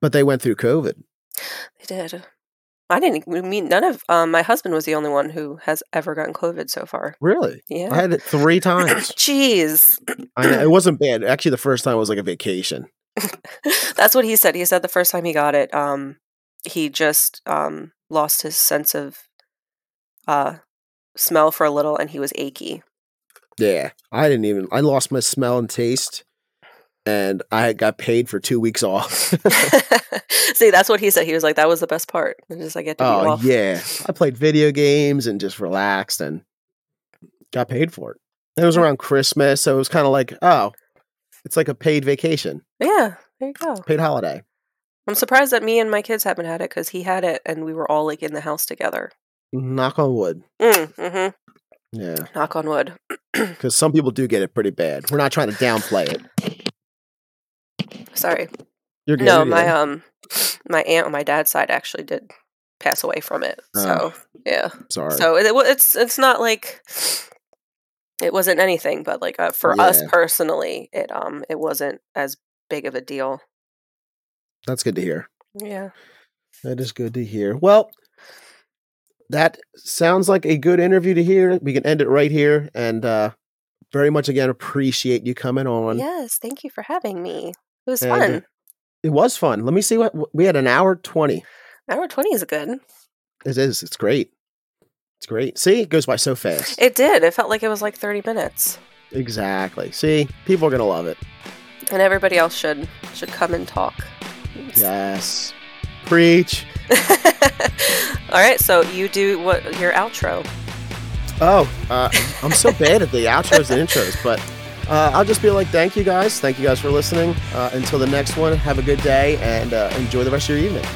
Speaker 1: But they went through COVID.
Speaker 3: they did. I didn't we mean none of. Um, my husband was the only one who has ever gotten COVID so far.
Speaker 1: Really? I
Speaker 3: Yeah.
Speaker 1: had it three times.
Speaker 3: Jeez,
Speaker 1: I know, it wasn't bad. Actually, the first time was like a vacation.
Speaker 3: that's what he said. He said the first time he got it, um, he just um lost his sense of uh smell for a little, and he was achy.
Speaker 1: Yeah, I didn't even. I lost my smell and taste, and I got paid for two weeks off.
Speaker 3: see, that's what he said. He was like, "That was the best part." And just I get to be
Speaker 1: oh
Speaker 3: off.
Speaker 1: yeah, I played video games and just relaxed and got paid for it. And it was around Christmas, so it was kind of like, oh, it's like a paid vacation,
Speaker 3: Yeah, there you go.
Speaker 1: paid holiday.
Speaker 3: I'm surprised that me and my kids haven't had it because he had it and we were all like in the house together.
Speaker 1: Knock on wood.
Speaker 3: Mm, hmm
Speaker 1: Yeah,
Speaker 3: Knock on wood.
Speaker 1: because some people do get it pretty bad. We're not trying to downplay it.
Speaker 3: Sorry.
Speaker 1: You're good.
Speaker 3: No,
Speaker 1: you're
Speaker 3: my
Speaker 1: good.
Speaker 3: um, my aunt on my dad's side actually did pass away from it. So yeah,
Speaker 1: sorry.
Speaker 3: uh, so it, it wa- it's it's not like it wasn't anything, but like uh, for us
Speaker 1: Yeah.
Speaker 3: personally, it um it wasn't as big of a deal.
Speaker 1: That's good to hear.
Speaker 3: Yeah.
Speaker 1: That is good to hear. Well, that sounds like a good interview to hear. We can end it right here. And uh, very much again, appreciate you coming on.
Speaker 3: Yes. Thank you for having me. It was
Speaker 1: And, uh,
Speaker 3: fun.
Speaker 1: It was fun. Let me see what we had an hour 20.
Speaker 3: Hour twenty is good.
Speaker 1: It is. It's great. It's great. See, it goes by so fast.
Speaker 3: It did. It felt like it was like thirty minutes.
Speaker 1: exactly. See, people are going to love it.
Speaker 3: and everybody else should should come and talk.
Speaker 1: Yes. Preach.
Speaker 3: All right, so you do what your outro.
Speaker 1: Oh, uh, I'm so bad at the outros and intros, but uh, I'll just be like, thank you guys. Thank you guys for listening. Uh, until the next one, have a good day and uh, enjoy the rest of your evening.